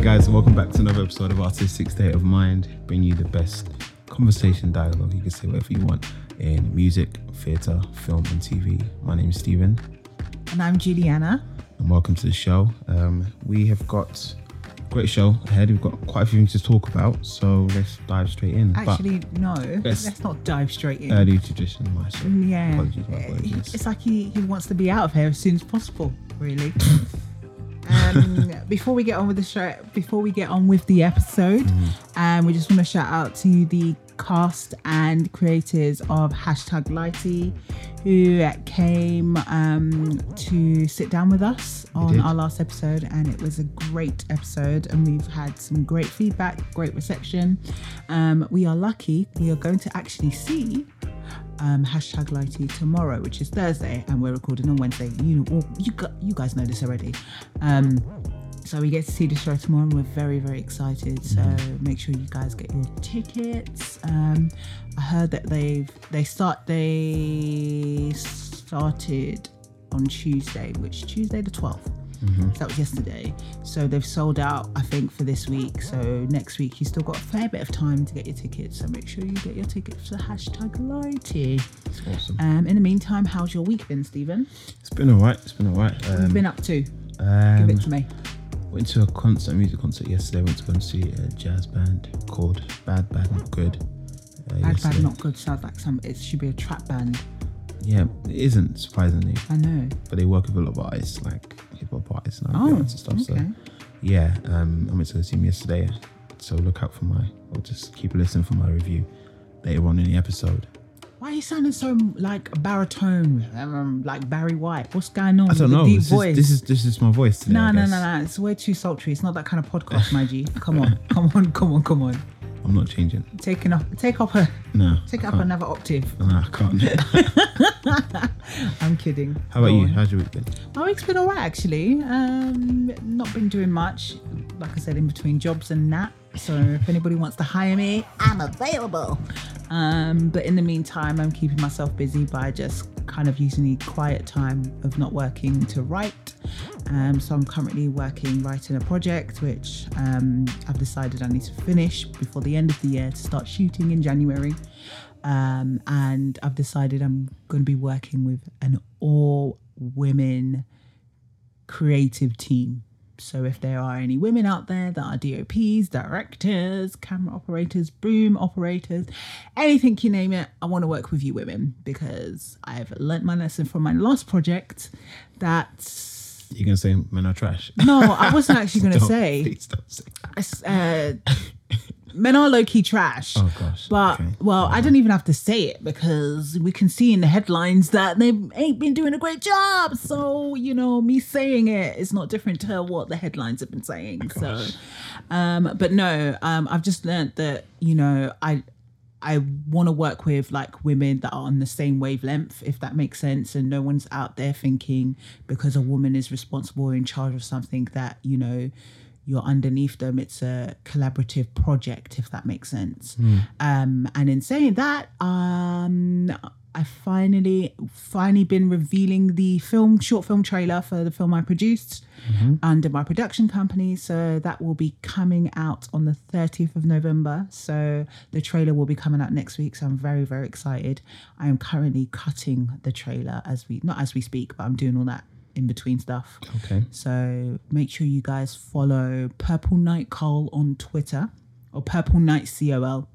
guys, and welcome back to another episode of Artistic State of Mind, bringing you the best conversation dialogue. You can say whatever you want in music, theatre, film, and TV. My name is Stephen, And I'm Juliana. and welcome to the show. Um, we have got a great show ahead. We've got quite a few things to talk about, so let's dive straight in. But Actually, no. Yes. Let's not dive straight in. early tradition, my show. yeah. Apologies, my He- apologies. It's like he, he wants to be out of here as soon as possible, really. um, before we get on with the show, before we get on with the episode, Mm-hmm. um, we just want to shout out to the cast and creators of hashtag Lighty, who came um, to sit down with us on did. our last episode, and it was a great episode, and we've had some great feedback, great reception. Um, we are lucky; we are going to actually see um, hashtag Lighty tomorrow, which is Thursday, and we're recording on Wednesday. You know, you gu- you guys know this already. Um, so we get to see the show tomorrow, and we're very very excited. So make sure you guys get your tickets. Um, I heard that they've they start they started on Tuesday, which Tuesday the 12th Mm-hmm. So that was yesterday. So they've sold out, I think, for this week. So next week, you still got a fair bit of time to get your tickets. So make sure you get your tickets for hashtag Lighty. It's awesome. Um, in the meantime, how's your week been, Stephen? It's been alright. It's been alright. What have you Um, been up to? um, Give it to me. Went to a concert, a music concert yesterday. Went to go and see a jazz band called Bad Bad Not Good. Uh, Bad, yesterday. bad, not good. Sounds like some. It should be a trap band. Yeah, it isn't surprisingly, I know. but they work with a lot of artists, like hip hop artists and Oh, other artists and stuff. okay. So yeah, um, I went to go see them yesterday. So look out for my, or just keep listening for my review later on in the episode. Why are you sounding so like baritone, um, like Barry White? What's going on? I don't with know. The deep This is, voice. this is this is my voice today. no, I no, guess. no, no. It's way too sultry. It's not that kind of podcast, my G. Come on, come on, come on, come on. I'm not changing. Taking up, take up a, No, take I up can't. another octave. No, I can't. I'm kidding. How about Go you? on. How's your week been? My week's Oh, been alright actually. Um, not been doing much. Like I said, in between jobs and that. So if anybody wants to hire me, I'm available. Um, but in the meantime, I'm keeping myself busy by just kind of using the quiet time of not working to write. Um, so I'm currently working writing a project which um, I've decided I need to finish before the end of the year to start shooting in January. Um, and I've decided I'm going to be working with an all women creative team. So if there are any women out there that are DOPs, directors, camera operators, boom operators, anything you name it, I want to work with you women because I've learnt my lesson from my last project that You're gonna say men are trash. no, I wasn't actually going to Don't- say Please don't say. that. uh, men are low key trash. Oh gosh. But Okay. well, I don't even have to say it because we can see in the headlines that they ain't been doing a great job. So you know, me saying it is not different to what the headlines have been saying. Oh, So, um, but no, um, I've just learnt that you know I I want to work with like women that are on the same wavelength, if that makes sense. And no one's out there thinking because a woman is responsible or in charge of something that, you know, you're underneath them. It's a collaborative project, if that makes sense. Um, and in saying that, um, I finally, finally been revealing the film, short film trailer for the film I produced under my production company. So that will be coming out on the 30th of November. So the trailer will be coming out next week. So I'm very, very excited. I am currently cutting the trailer as we, not as we speak, but I'm doing all that in between stuff. Okay. So make sure you guys follow Purple Night Cole on Twitter or Purple Night COL,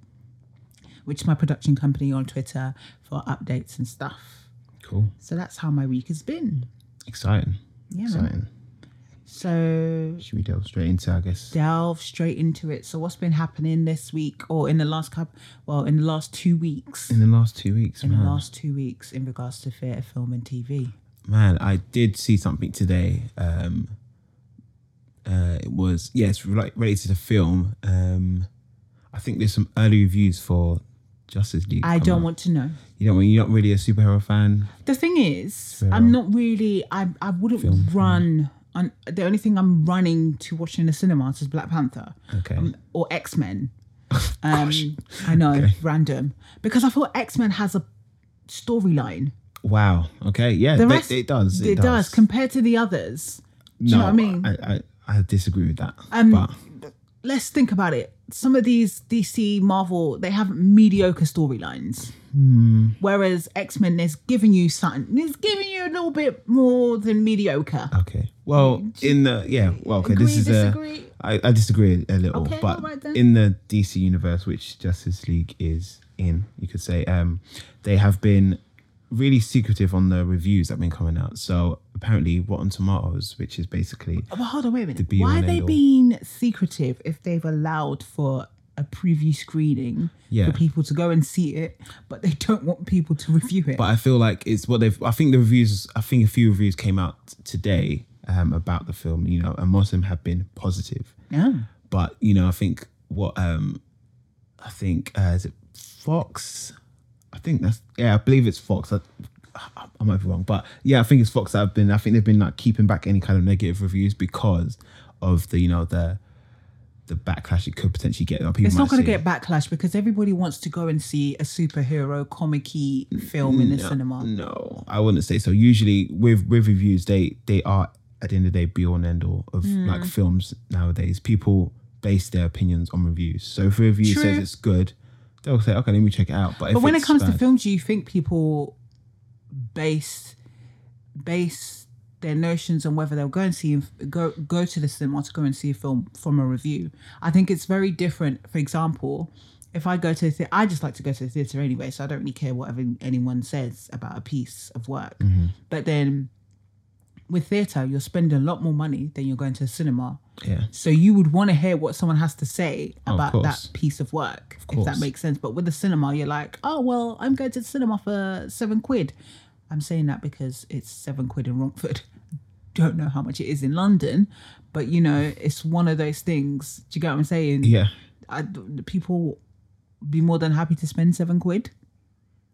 which is my production company on Twitter for updates and stuff. Cool. So that's how my week has been. Exciting. Yeah. man. Exciting. So Should we delve straight into, I guess? delve straight into it. So what's been happening this week or in the last couple well, in the last two weeks. In the last two weeks, In the man. last two weeks in regards to theatre, film and TV. man, I did see something today. Um, uh, it was yeah, it's rela- related to film. Um, I think there's some early reviews for Justice League. I coming don't out. want to know. You know, when you're not really a superhero fan. The thing is, I'm not really. I I wouldn't run. On, the only thing I'm running to watch in the cinemas is Black Panther Okay. or X Men. Um, I know, random, because I thought X Men has a storyline. wow. Okay. Yeah. The th- rest, it does. It, does compared to the others. No, Do you know what I mean? Um, I, I, I disagree with that. but let's think about it. Some of these DC Marvel, they have mediocre storylines. Hmm. Whereas X Men is giving you something, it's giving you a little bit more than mediocre. Okay. Well, in the yeah. Well, okay. this Mm-hmm. Agree, is a- disagree? I I disagree a little, Okay, but alright then. in the DC universe, which Justice League is in, you could say, um, they have been really secretive on the reviews that've been coming out. So apparently, Rotten Tomatoes, which is basically But hold on, wait a minute. be Why on are they end all. being secretive if they've allowed for a preview screening Yeah. for people to go and see it, but they don't want people to review it? but I feel like it's what they've. I think the reviews. I think a few reviews came out t- today um, about the film. You know, and most of them have been positive. Yeah. But you know, I think what um, I think uh, is it Fox? I think that's yeah. I believe it's Fox. I, I, I might be wrong, but yeah, I think it's Fox that have been. I think they've been like keeping back any kind of negative reviews because of the you know the the backlash it could potentially get. People It's not might going see to get backlash because everybody wants to go and see a superhero comic-y film Mm, in the cinema. No, I wouldn't say so. Usually, with with reviews, they they are at the end of the day be all and end all of Mm. like films nowadays. People base their opinions on reviews. So if a review says True. it's good, they'll say, okay, let me check it out. But, But when it comes bad, to films, do you think people base base their notions on whether they'll go and see go go to the cinema to go and see a film from a review? I think it's very different. For example, if I go to the theater, I just like to go to the theater anyway, so I don't really care what ev- anyone says about a piece of work. But then with theater, you're spending a lot more money than you're going to a cinema. yeah, So you would want to hear what someone has to say of about that course. piece of work, if that course. makes sense. But with the cinema, you're like, oh well, I'm going to the cinema for seven quid. I'm saying that because it's seven quid in Romford. Don't know how much it is in London, but you know, it's one of those things. Do you get what I'm saying? yeah, I, the people be more than happy to spend seven quid.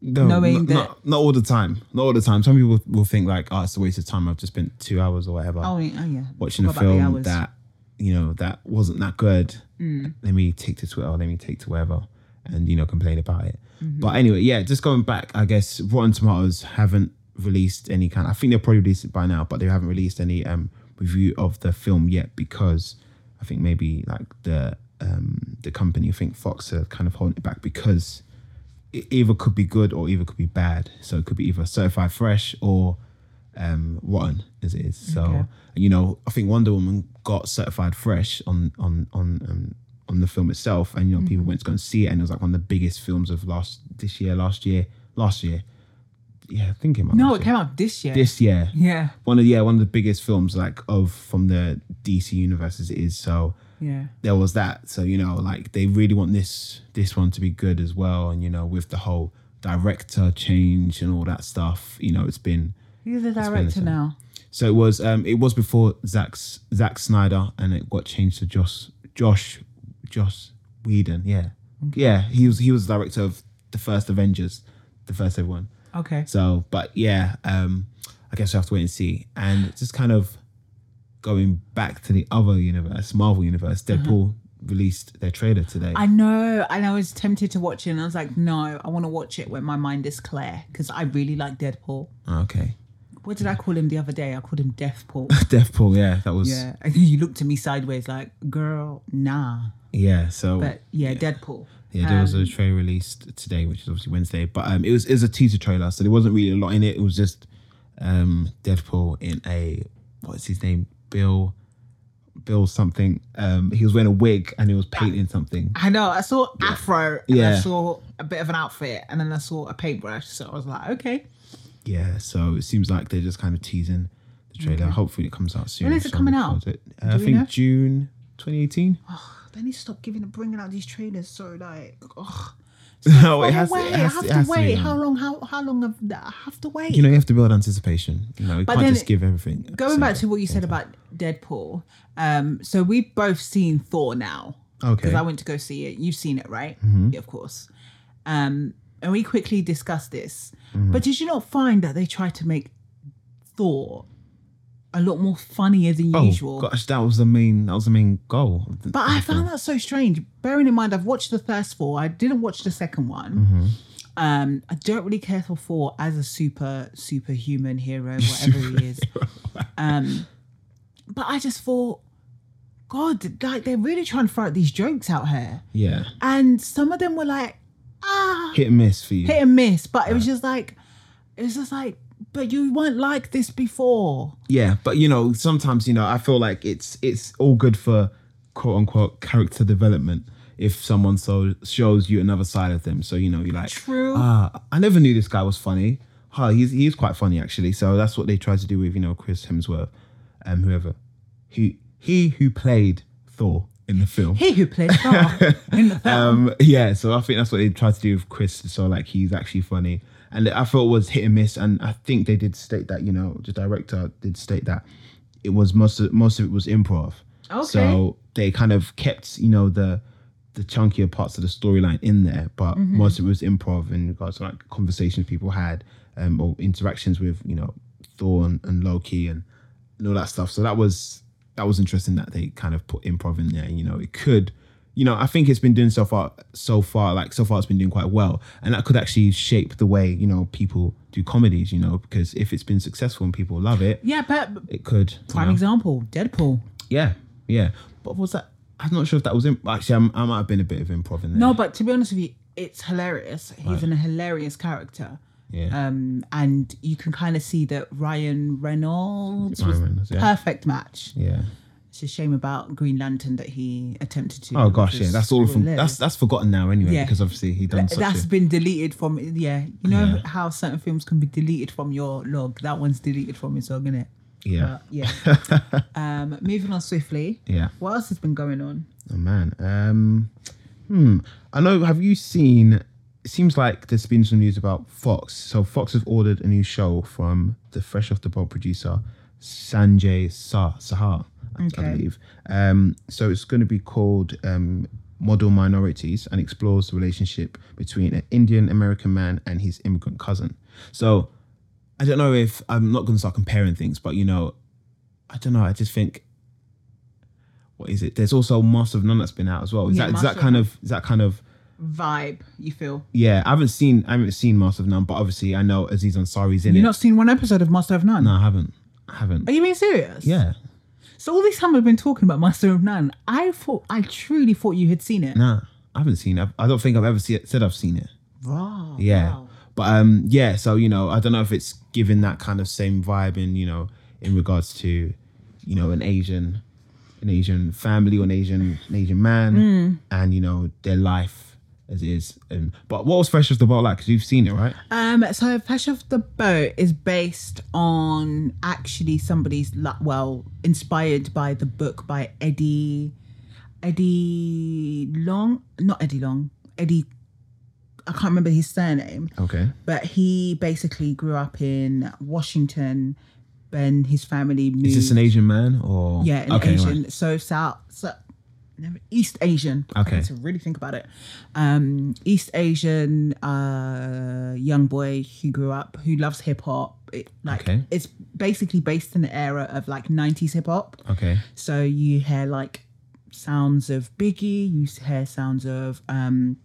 no, Knowing not, that- not, not all the time, not all the time. Some people will think like, oh, it's a waste of time. I've just spent two hours or whatever Oh, yeah, oh yeah. watching a Forgot about the film hours. Mm. that you know that wasn't that good. Let me take to Twitter. Let me take to wherever, and you know complain about it. Mm-hmm. But anyway, yeah, just going back, I guess Rotten Tomatoes haven't released any kind. I think they'll probably release it by now, but they haven't released any um review of the film yet because I think maybe like the um the company, I think Fox are kind of holding it back because it either could be good or either could be bad. So it could be either certified fresh or um, rotten as it is. So Okay. you know, I think Wonder Woman got certified fresh on on on um, on the film itself, and you know, Mm-hmm. people went to go and see it, and it was like one of the biggest films of last this year, last year, last year. Yeah, I think it might. No, be it came out this year. this year. yeah, One of yeah, one of the biggest films like of from the DC universe as it is. So yeah. there was that. So you know, like they really want this this one to be good as well, and you know, with the whole director change and all that stuff, you know, it's been He's the a director same. now. so it was um it was before Zach's Zack Snyder and it got changed to Josh Josh Josh Whedon. Yeah. Yeah, he was he was the director of the first Avengers, the first everyone. Okay. So but yeah, um I guess we have to wait and see. And just kind of going back to the other universe, Marvel universe, Deadpool released their trailer today. Uh-huh. I know, and I was tempted to watch it, and I was like, no, I want to watch it when my mind is clear because I really like Deadpool. Ah, okay. What did I call him the other day? I called him Deathpool. Deadpool, yeah, that was yeah. yeah, and then you looked at me sideways like, girl, nah. so But yeah, Deadpool. Yeah, there Um, was a trailer released today, which is obviously Wednesday, but um, it was it was a teaser trailer, so there wasn't really a lot in it. It was just um, Deadpool in a what's his name, Bill, Bill something. Um, he was wearing a wig and he was painting something. I know. I saw Afro, and I Yeah. saw a bit of an outfit, and then I saw a paintbrush. So I was like, okay, Yeah, so it seems like they're just kind of teasing the trailer. Hopefully, it comes out soon. When is it so coming I'm out? excited. Uh, I we think know? June 2018. Oh, they need to stop giving bringing out these trailers. So like, ugh. no, Oh, it has, wait, it I has, have it to has be wait. done. how long? How how long have I have to wait? you know, you have to build anticipation. You know, you But can't then just give everything. at the going same back time. to what you said about Deadpool, um, so we've both seen Thor now okay, Mm-hmm. because I went to go see it. You've seen it, right? Yeah, of course. Um, and we quickly discussed this, Mm-hmm. but did you not find that they tried to make Thor a lot more funnier than Oh usual? gosh, that was the main that was the main goal. But I found that so strange. Bearing in mind, I've watched the first four. I didn't watch the second one. Um, I don't really care for four as a super superhuman hero, whatever he is. Um, but I just thought God, like they're really trying to throw out these jokes out here. Yeah. And some of them were like, ah, Hit and miss for you. hit and miss. But it was just like, it was just like, but you weren't like this before. Yeah, but you know, sometimes you know, I feel like it's it's all good for quote unquote character development if someone so shows you another side of them. So you know, you're like, True. Ah, I never knew this guy was funny. Huh, he's he's quite funny actually. So that's what they tried to do with you know Chris Hemsworth, um, whoever, he he who played Thor in the film. He who plays Thor in the film. Um, yeah, so I think that's what they tried to do with Chris. So like he's actually funny, and I thought it was hit and miss. And I think they did state that you know the director did state that it was most of, most of it was improv. Okay. So they kind of kept you know the the chunkier parts of the storyline in there, but most of it was improv in regards to like conversations people had um, or interactions with you know Thor and, and Loki and, and all that stuff. So that was that was interesting that they kind of put improv in there. You know, it could, you know, I think it's been doing so far so far like so far it's been doing quite well, and that could actually shape the way you know people do comedies. You know, because if it's been successful and people love it, yeah, but it could. you prime know. example, Deadpool. Yeah, yeah. But was that? I'm not sure if that was imp- actually. I'm, I might have been a bit of improv in there. No, but to be honest with you, it's hilarious. He's an hilarious character. Yeah. Um, and you can kind of see that Ryan Reynolds Ryan was Reynolds, yeah. perfect match. yeah. It's a shame about Green Lantern that he attempted to. Oh gosh, just yeah. That's all from. relive. That's that's forgotten now anyway Yeah. because obviously he done such that's a. been deleted from yeah. You know Yeah. how certain films can be deleted from your log. That one's deleted from his log, innit? Yeah. But, yeah. um, moving on swiftly. Yeah. What else has been going on? Oh man. Um, hmm. I know. Have you seen? It seems like there's been some news about Fox. So Fox have ordered a new show from the fresh off the boat producer Sanjay Sa- Sahar, I, I Okay. believe. Um, so it's going to be called um, Model Minorities and explores the relationship between an Indian American man and his immigrant cousin. So I don't know if I'm not going to start comparing things, but you know, I don't know. I just think what is it? There's also Master of None that's been out as well. Is Yeah, that is Master that of kind None. of is that kind of Vibe, you feel? yeah? I haven't seen I haven't seen Master of None, but obviously I know Aziz Ansari's in it. You've not seen one episode of Master of None? no, I haven't. I haven't. Are you being serious? Yeah. So all this time I've been talking about Master of None. I thought, I truly thought you had seen it. Nah, I haven't seen it. I don't think I've ever see said I've seen it. Wow. Yeah. wow. But um yeah, so you know, I don't know if it's giving that kind of same vibe in, you know, in regards to, you know, an Asian an Asian family or an Asian an Asian man Hmm. and you know, their life as is. Um, but what was Fresh off the Boat like? Because you've seen it, right? Um, so Flash of the Boat is based on actually somebody's li- well inspired by the book by Eddie Eddie Long, not Eddie Long, Eddie. I can't remember his surname, Okay. but he basically grew up in Washington. When his family moved, Is this an Asian man or yeah, an okay, Asian, Right. so South, so, never- East Asian. I Okay. need to really think about it. Um, East Asian uh, young boy who grew up who loves hip hop. It, like Okay. it's basically based in the era of like '90s hip hop. Okay. So you hear like sounds of Biggie, you hear sounds of um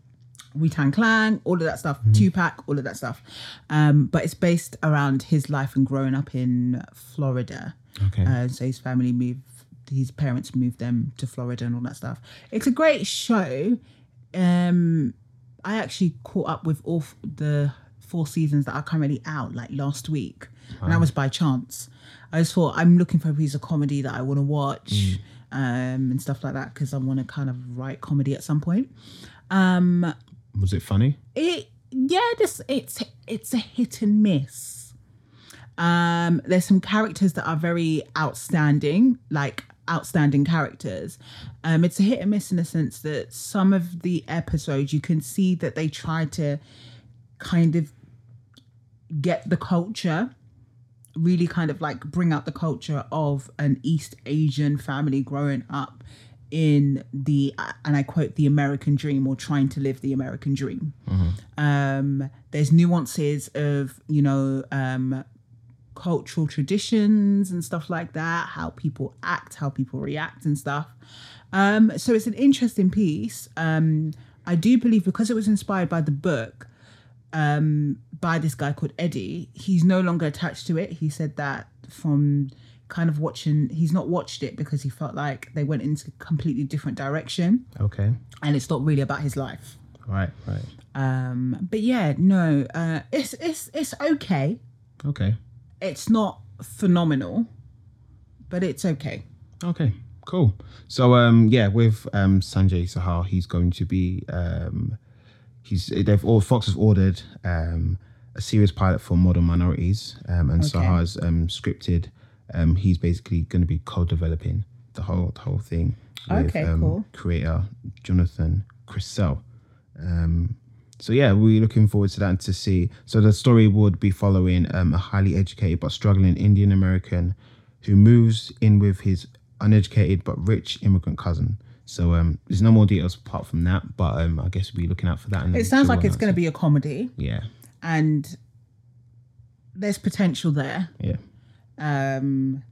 Wu Tang Clan, all of that stuff, Mm-hmm. Tupac, all of that stuff. Um, but it's based around his life and growing up in Florida. Okay. Uh, so his family moved, his parents moved them to Florida and all that stuff. It's a great show. Um, I actually caught up with all f- the four seasons that are currently out like last week, and that was by chance. I just thought I'm looking for a piece of comedy that I want to watch um, and stuff like that because I want to kind of write comedy at some point. Um, was it funny? it yeah this it's it's a hit and miss um there's some characters that are very outstanding like outstanding characters um it's a hit and miss in the sense that some of the episodes you can see that they try to kind of get the culture really kind of like bring out the culture of an east asian family growing up in the and i quote the american dream or trying to live the american dream um there's nuances of you know um cultural traditions and stuff like that how people act how people react and stuff um so it's an interesting piece um i do believe because it was inspired by the book um by this guy called eddie he's no longer attached to it he said that from kind of watching he's not watched it because he felt like they went into a completely different direction Okay. and it's not really about his life Right. Right. um but yeah no uh it's it's it's okay Okay. it's not phenomenal but it's okay Okay, cool. So um yeah, with um Sanjay Sahar, he's going to be um he's they've all Fox has ordered um a serious pilot for modern minorities um and Sahar's um scripted um he's basically going to be co-developing the whole the whole thing with Okay, um, cool. creator Jonathan Crissell. Um so yeah, we're looking forward to that and to see. So the story would be following um, a highly educated but struggling Indian American who moves in with his uneducated but rich immigrant cousin. So um, there's no more details apart from that, but um, I guess we'll be looking out for that. And it sounds like it's going to be a comedy be yeah, and there's potential there yeah, um,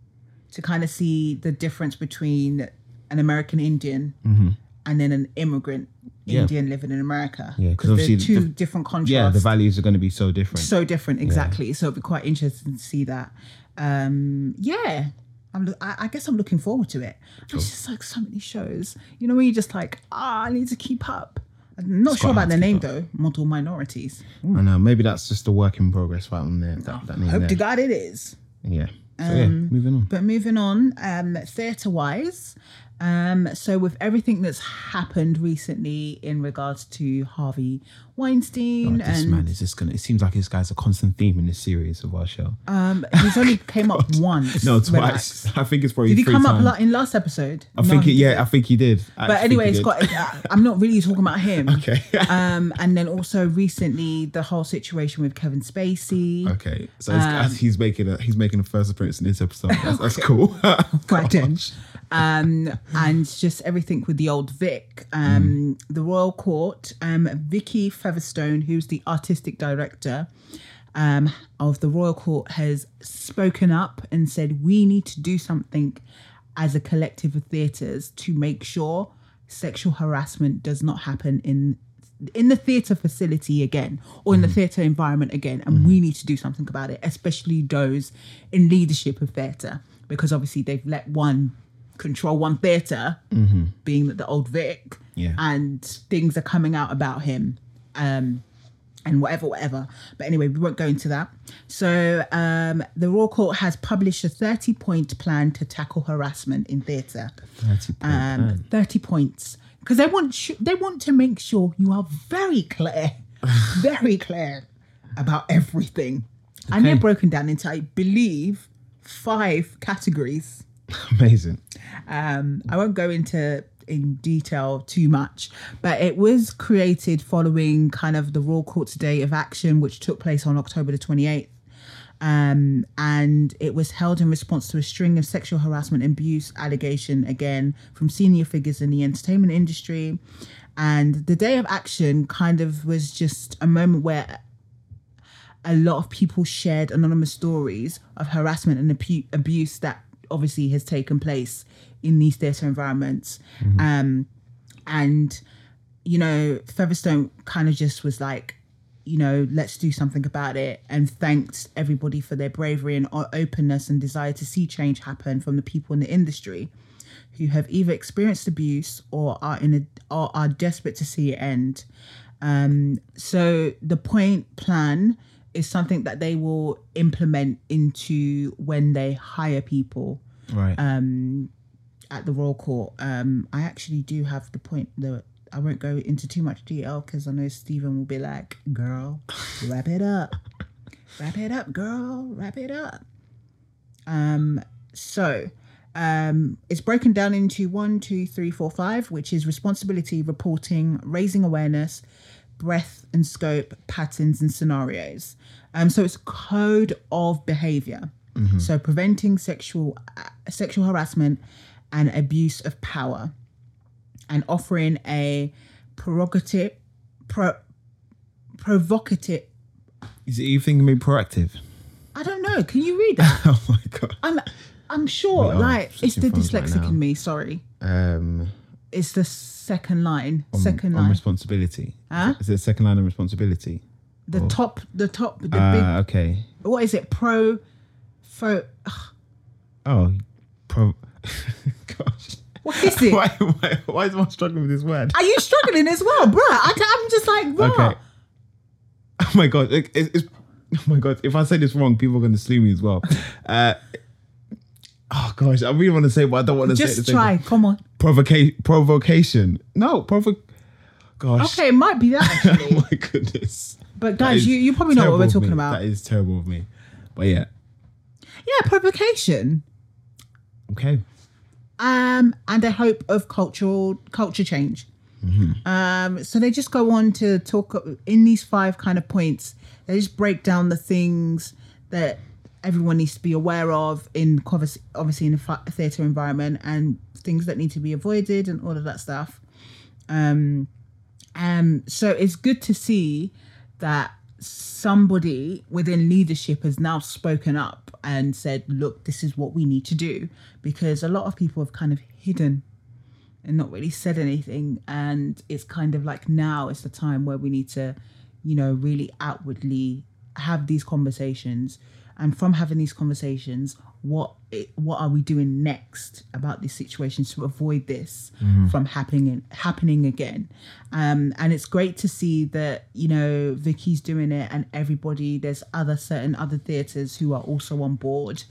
to kind of see the difference between an American Indian and then an immigrant Mm-hmm. Yeah. Indian living in America. Yeah, 'cause because obviously they're the- two the- different yeah. The contrasts. values are going to be so different. so different, exactly. So it'd be quite interesting to see that. Um, yeah. I'm, lo- I I guess I'm looking forward to it. It's just like so many shows. You know, where you're just like, ah, I need to keep up. I'm not quite sure about hard the to name keep though. Model minorities. I know. uh, Maybe that's just a work in progress right on there. That, that name Hope to Um, there. God it is. yeah. So yeah, moving on. But moving on, um, theatre wise, um, so with everything that's happened recently in regards to Harvey Weinstein, But Oh, this and man is just gonna. It seems like this guy's a constant theme in this series of our show. um, he's only came up once. Oh, no, twice. Relax. I think it's probably Did he three come times. up la- in last episode? I think it, yeah, I think he did. I think But he anyway, it's did. got. I- I'm not really talking about him. okay. Um, and then also recently the whole situation with Kevin Spacey. Okay, so Um, it's- he's making a he's making a first appearance in this episode. That's, that's cool. Right then. Gosh. um, and just everything with the old Vic, um, the Royal Court, um, Vicky Featherstone, who's the artistic director um, of the Royal Court, has spoken up and said we need to do something as a collective of theatres to make sure sexual harassment does not happen in in the theatre facility again or in the theatre environment again and we need to do something about it especially those in leadership of theatre because obviously they've let one control one theater being that the old vic Yeah. and things are coming out about him um and whatever whatever but anyway we won't go into that so um the royal court has published a 30 point plan to tackle harassment in theater um 30 points because they want sh- they want to make sure you are very clear very clear about everything and they're broken down into i believe five categories Amazing. um, I won't go into in detail too much, but it was created following kind of the Royal Court's Day of Action, which took place on October the 28th. Um, and it was held in response to a string of sexual harassment and abuse allegation again from senior figures in the entertainment industry. And the Day of Action kind of was just a moment where a lot of people shared anonymous stories of harassment and abu- abuse that obviously has taken place in these theatre environments. Um, and, you know, Featherstone kind of just was like, you know, let's do something about it and thanked everybody for their bravery and o- openness and desire to see change happen from the people in the industry who have either experienced abuse or are in a, or are desperate to see it end. Um, so the point plan is something that they will implement into when they hire people Right. um, at the Royal Court. Um, I actually do have the point that I won't go into too much detail because I know Stephen will be like, "Girl, wrap it up, wrap it up, girl, wrap it up." Um, so. Um, it's broken down into one, two, three, four, five, which is responsibility, reporting, raising awareness, breadth and scope, patterns and scenarios. Um, so it's code of behavior. Mm-hmm. So preventing sexual uh, sexual harassment and abuse of power, and offering a prerogative, pro, provocative. Is it you thinking me proactive? I don't know. Can you read that? Oh my god. I'm I'm sure. are Like it's switching the phones right dyslexic now. in me. Sorry, Um, it's the second line. on- second on line. responsibility. Huh? Is it second line of responsibility? The Uh, top. The top. The Ah, okay. big. What is it? Pro. Fo, ugh, Oh, pro- gosh. What is it? Why, why, why is one struggling with this word? Are you struggling as well, bruh? I, am just like, bruh. Okay. Oh my god! Like, it's, it's, oh my god! If I say this wrong, people are going to sue me as well. Uh, oh gosh, I really want to say, it, but I don't want to say. it at Just the same time. try. Come on. Provoca- provocation. No, provo. Gosh. Okay, it might be that actually. oh my goodness. That But guys, is you, you probably know terrible what we're of talking me. about. That is terrible of me. But yeah. yeah, provocation. Okay. um, and a hope of cultural culture change. Um, so they just go on to talk in these five kind of points. They just break down the things that everyone needs to be aware of in convers- obviously in a fi- theater environment and things that need to be avoided and all of that stuff. Um, um, so it's good to see that somebody within leadership has now spoken up and said, look, this is what we need to do. Because a lot of people have kind of hidden and not really said anything. And it's kind of like now is the time where we need to, you know, really outwardly have these conversations. And from having these conversations, what i- what are we doing next about these situations to avoid this from happening happening again? Um, and it's great to see that you know Vicky's doing it, and everybody. There's other certain other theatres who are also on board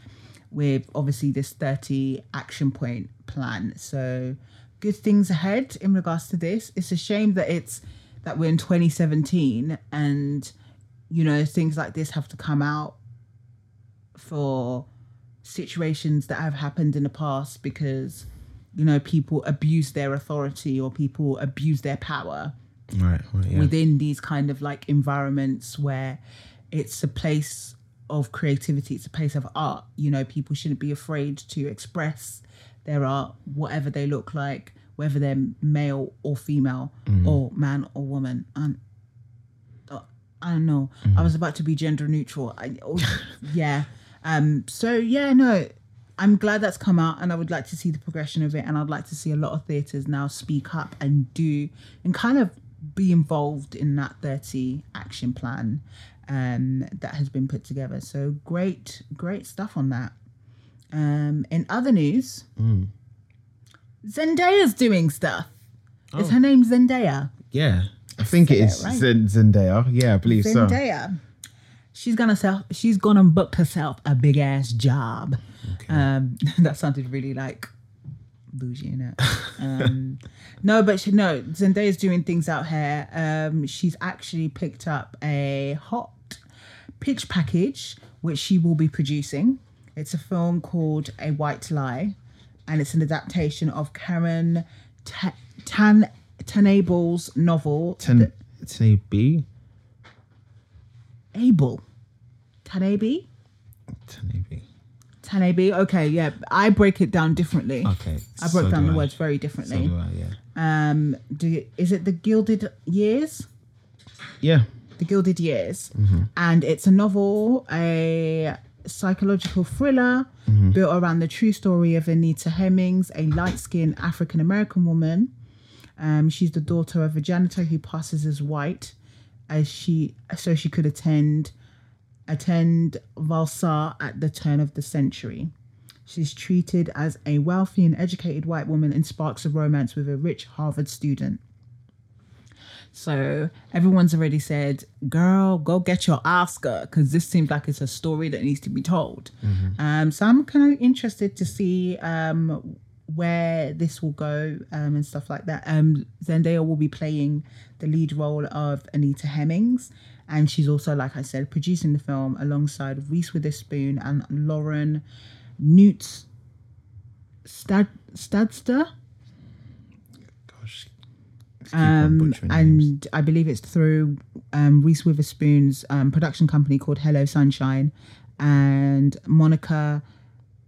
with obviously this 30 action point plan. So good things ahead in regards to this. It's a shame that it's that we're in 2017 and you know things like this have to come out for situations that have happened in the past because you know people abuse their authority or people abuse their power All right. all right, yeah. within these kind of like environments where it's a place of creativity, it's a place of art. You know, people shouldn't be afraid to express their art, whatever they look like, whether they're male or female, or man or woman. And I don't know. I was about to be gender neutral. I, oh, yeah. Um. So yeah, no. I'm glad that's come out, and I would like to see the progression of it, and I'd like to see a lot of theatres now speak up and do and kind of be involved in that 30 action plan um, that has been put together. So great, great stuff on that. Um, in other news, Zendaya's doing stuff. Is her name Zendaya? Yeah. I think it is it right. Zen- Zendaya. Yeah, I believe so. Zendaya. She's gonna sell. She's gone and booked herself a big ass job. Um, that sounded really like bougie, you know. Um, no, but she, no, Zendaya's doing things out here. Um, she's actually picked up a hot pitch package which she will be producing. It's a film called A White Lie, and it's an adaptation of Karen Ta- Tan Tanable's novel Ten, ten B. Abel. Tanabe? Ten B. Tanabe. Okay, yeah. I break it down differently. Okay. I broke Oh, so down do the I. words very So differently. do I, yeah. um, do you- is it the Gilded Years? Yeah. The Gilded Years, and it's a novel, a psychological thriller built around the true story of Anita Hemmings, a light-skinned African American woman. Um, she's the daughter of a janitor who passes as white, as she so she could attend attend Valsar at the turn of the century. She's treated as a wealthy and educated white woman and sparks a romance with a rich Harvard student. So everyone's already said, girl, go get your Oscar, because this seems like it's a story that needs to be told. Um, so I'm kind of interested to see um, where this will go um, and stuff like that. Um, Zendaya will be playing the lead role of Anita Hemmings. And she's also, like I said, producing the film alongside Reese Witherspoon and Lauren Newt Stad- Stadster. Gosh. Keep on Um, butchering names. and I believe it's through um, Reese Witherspoon's um, production company called Hello Sunshine and Monica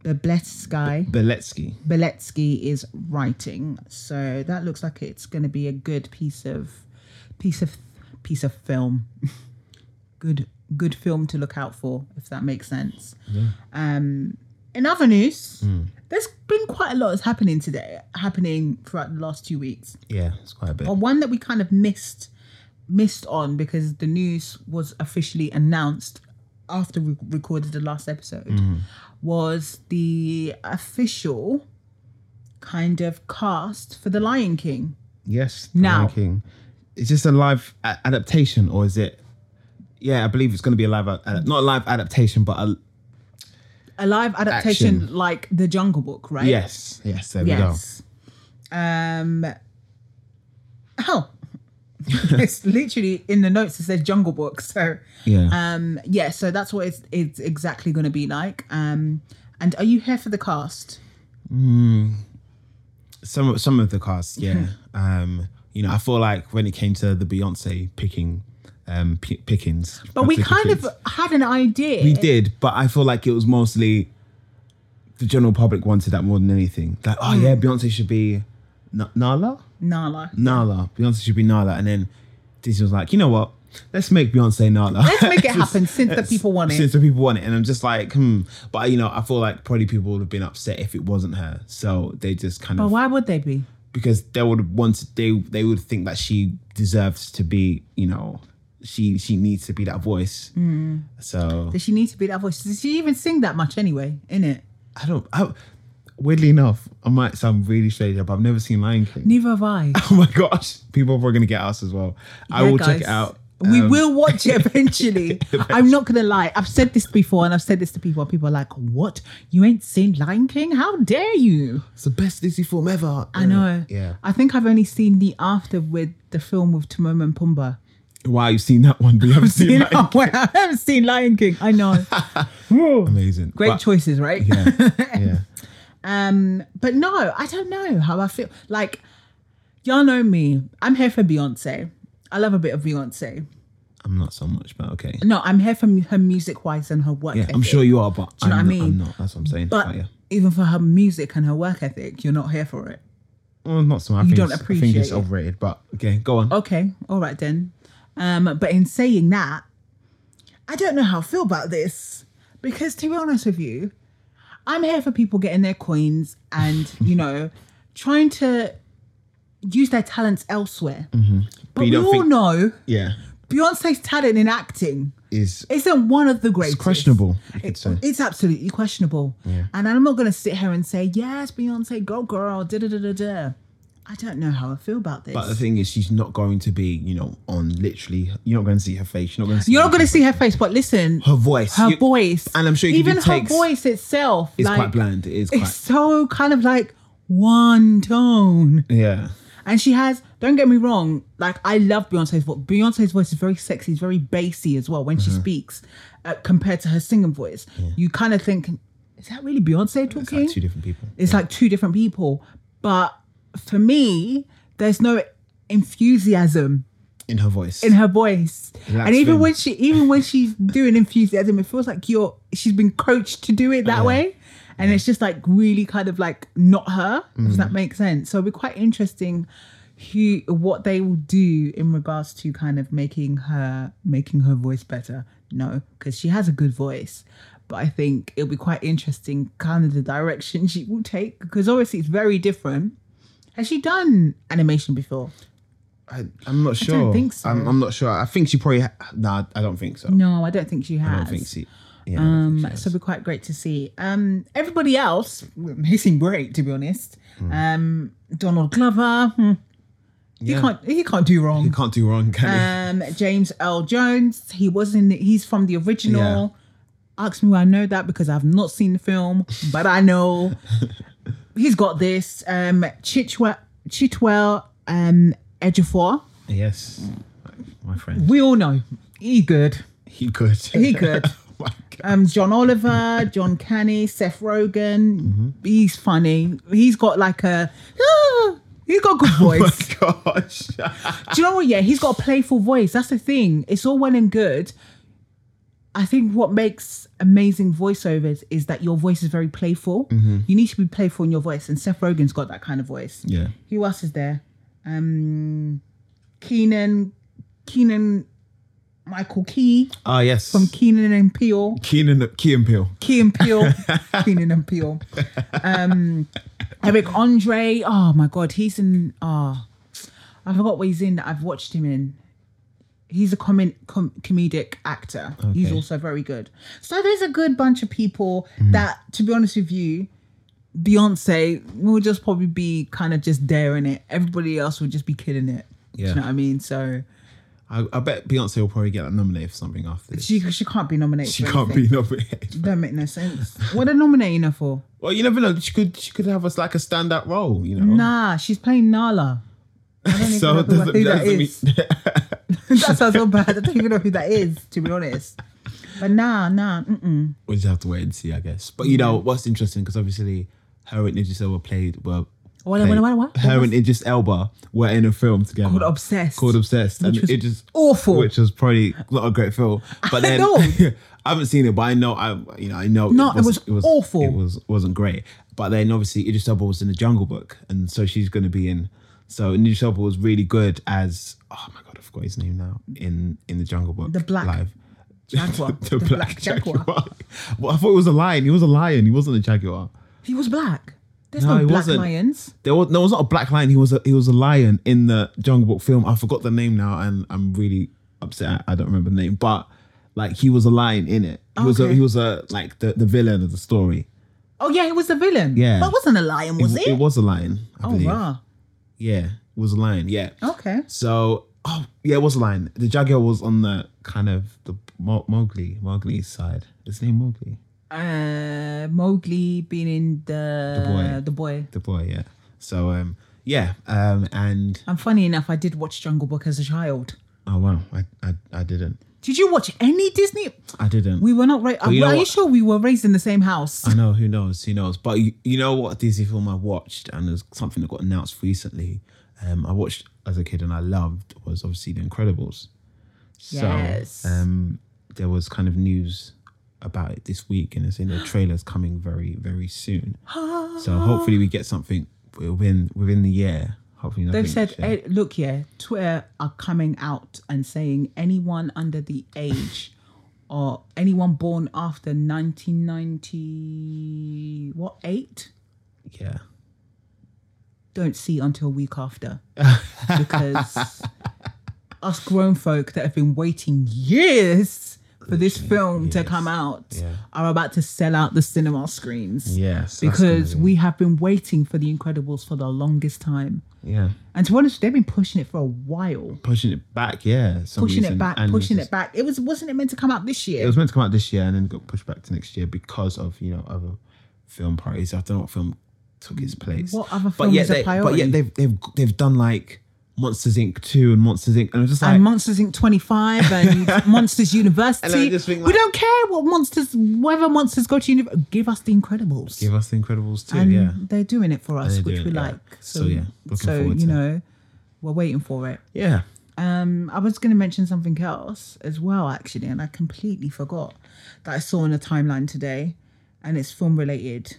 Beletsky. Beletsky. Beletsky is writing. So that looks like it's going to be a good piece of piece of piece of film. good good film to look out for if that makes sense. Um in other news, there's been quite a lot that's happening today, happening throughout the last two weeks Yeah, it's quite a bit. but one that we kind of missed missed on because the news was officially announced after we recorded the last episode was the official kind of cast for The Lion King. Yes. Now- Lion King. Is this a live a- adaptation or is it? Yeah, I believe it's going to be a live, ad- not a live adaptation, but a A live adaptation Action. like The Jungle Book, right? yes, yes. There Yes. Um. Oh, it's literally in the notes. It says Jungle Book. So, we go. Yeah. um, yeah. So that's what it's it's exactly going to be like. Um, and are you here for the cast? some of- some of the cast, yeah. um, you know, I feel like when it came to the Beyonce picking, um, p- pickings, But we particular kind kids, of uh, had an idea. we did, but I feel like it was mostly the general public wanted that more than anything. Like, oh Hmm. yeah, Beyonce should be N- Nala, Nala. Nala. Beyonce should be Nala, and then Disney was like, you know what? Let's make Beyonce Nala. Let's make it happen since the Let's- people want it. Since the people want it, and I'm just like, hmm. But you know, I feel like probably people would have been upset if it wasn't her, so they just kind But of why would they be? because they would want they they would think that she deserves to be you know she she needs to be that voice Hmm. so Does she need to be that voice? Does she even sing that much anyway? In it. i don't I, weirdly enough i might sound really strange but i've never seen lion king Neither have I. oh my gosh people are probably gonna get us as well i Yeah, will check guys. it out We Um, will watch it eventually. I'm not gonna lie. I've said this before, and I've said this to people. and People are like, "What? You ain't seen Lion King? How dare you?" it's the best disney film ever I know. yeah I think I've only seen the after with the film with Timon and Pumbaa. wow you've seen that one but you haven't seen You know, Lion- I haven't seen Lion King. I know. amazing Great But- choices, right? yeah yeah Um, but no, I don't know how I feel. Like, y'all know me. I'm here for Beyonce. I love a bit of Beyonce. i'm not so much but okay No, I'm here for mu- her music wise and her work. yeah i'm ethic. sure you are but you know I'm, what I not- mean? I'm not that's what i'm saying But Oh, yeah even for her music and her work ethic, you're not here for it. Well, not so. I think don't it's- I appreciate think it's it. Oh. overrated, but okay, go on. Okay, all right then. Um, but in saying that, I don't know how I feel about this because, to be honest with you, I'm here for people getting their coins and you know trying to use their talents elsewhere. But, Mm-hmm. you we don't all think- know Yeah, Beyonce's talent in acting is isn't one of the greatest. questionable. You could say. It's absolutely questionable. And I'm not going to sit here and say, yes, Beyonce, go girl, da da da da da. I don't know how I feel about this. But the thing is, she's not going to be, you know, on literally. You're not going to see her face. You're not going to see. You're not going to see her face, but listen, her voice. her You- voice. and I'm sure you can even do her takes. voice itself It's like, quite bland. It is quite. It's so kind of like one tone. yeah. And she has, don't get me wrong, like I love Beyonce's voice. Beyonce's voice is very sexy, it's very bassy as well when Uh-huh. she speaks uh, compared to her singing voice. You kind of think, is that really Beyonce talking? It's like two different people. It's like two different people. But for me, there's no enthusiasm in her voice. in her voice. Lacks and even vim. when she even when she's doing enthusiasm, it feels like you're she's been coached to do it that way. And it's just like really kind of like not her. Does Mm. that make sense? So it'll be quite interesting who what they will do in regards to kind of making her making her voice better. No, because she has a good voice. But I think it'll be quite interesting kind of the direction she will take. Because obviously it's very different. Has she done animation before? I, I'm not sure. think so. I'm, I'm not sure. I think she probably. Ha- nah, I don't think so. No, I don't think she has. I don't think she. Yeah. I don't Um, think she so it'll be quite great to see. Um, everybody else, he seemed great to be honest. Um, Donald Glover, hmm, he Yeah. can't he can't do you wrong. can't do wrong, can Um, James L. Jones, he was in. The, he's from the original. Ask me why I know that because I've not seen the film, but I know he's got this. Um, Chitwell, Chitwell, um, Ejiofor, you? Yes, my friend. we all know he good. He could. He could. Oh my God. um, John Oliver, John Canny, Seth Rogen. Mm-hmm. He's funny. He's got like a "Ah," he's got a good Oh voice. my gosh. Do you know what? Yeah, he's got a playful voice. That's the thing. It's all well and good. I think what makes amazing voiceovers is that your voice is very playful. You need to be playful in your voice, and Seth Rogen's got that kind of voice. Mm-hmm. yeah. Who else is there? Um, Keenan, Keenan, Michael Key Ah, yes. from Keenan and Peele. Keenan, Key and Peele. Key and Peele, Keenan and Peele. Um, Eric Andre. Oh my God, he's in. Oh, I forgot what he's in. that I've watched him in. He's a comic com- comedic actor. Okay. He's Mm-hmm. also very good. So there's a good bunch of people that, to be honest with you, Beyonce will just probably be kind of just daring it. Everybody else will just be killing it. Do Yeah. you know what I mean? So I, I bet Beyonce will probably get that nominated for something after this. she she can't be nominated. She for can't anything. be nominated. Don't make no sense. What are they nominating her for? Well, you never know. She could she could have us like a standout role, you know. Nah, she's playing Nala. I don't even Oh. so know it who, doesn't, who that doesn't is. mean that sounds so bad. I don't even know who that is, to be honest. But nah, nah, mm-mm. we'll just have to wait and see, I guess. But you Mm. know what's interesting because obviously her and Idris Elba played were What- played- what- what- what? her What and Idris Elba were in a film together Called Obsessed. Called Obsessed, Which and was it just awful. which was probably not a great film. But then know. I haven't seen it, but I know I you know I know No, it was awful. It was wasn't great. But then obviously Idris Elba was in the Jungle Book, and so she's going to be in. So and Idris Elba was really good as oh my god I forgot his name now in in the Jungle Book The black live. Jaguar. the, black, jaguar. Jaguar. well, I thought it was a lion. He was a lion. He wasn't a jaguar. He was black. There's No, no, he black wasn't. lions. There was no, it was not a black lion. He was a he was a lion in the Jungle Book film. I forgot the name now, and I'm really upset. I don't remember the name, but like he was a lion in it. He was a, Okay. he was a like the, the villain of the story. Oh yeah, he was the villain. Yeah. But it wasn't a lion, was it? It was a lion. I oh believe. wow. Oh. Yeah, it was a lion. Yeah. Okay. So oh yeah, it was a lion. The jaguar was on the kind of the Mo- Mowgli Mowgli's side. His name Mowgli. Uh Mowgli being in the The boy. the boy. the boy yeah so um yeah um and And funny enough, I did watch Jungle Book as a child. oh wow i i, I didn't Did you watch any Disney? i didn't We were not raised. Are you know you what? sure we were raised in the same house? i know who knows who knows but you, you know what disney film i watched and there's something that got announced recently um i watched as a kid and i loved was obviously the incredibles Yes. so um there was kind of news about it this week and it's in the trailers coming very very soon so hopefully we get something within within the year hopefully They've nothing- said, yeah. eh, look, yeah, Twitter are coming out and saying anyone under the age or anyone born after 1990, what, eight? yeah Don't see until a week after. Because us grown folk that have been waiting years for this film to years. come out Yeah. are about to sell out the cinema screens. yes that's gonna Because be- we have been waiting for The Incredibles for the longest time. yeah And to be honest, they've been pushing it for a while. pushing it back, yeah. some pushing reason. it back, And pushing it's it back. It was wasn't it meant to come out this It year? was meant to come out this year and then got pushed back to next year because of you know other film priorities. I don't know what film took its place. What other but film yet is a they, But priority? yet they've they've they've done like Monsters Inc. two and Monsters Inc. and I'm just like. and Monsters Inc. 25 and Monsters And I University. just think, we like- don't care what monsters, whether monsters go to university, give us the Incredibles. Give us the Incredibles too, and yeah. they're doing it for us, they're which doing we it, yeah. like. So, yeah, looking so forward you to it. know, we're waiting for it. Yeah. Um, I was going to mention something else as well, actually, and I completely forgot that I saw in the timeline today, and it's film related.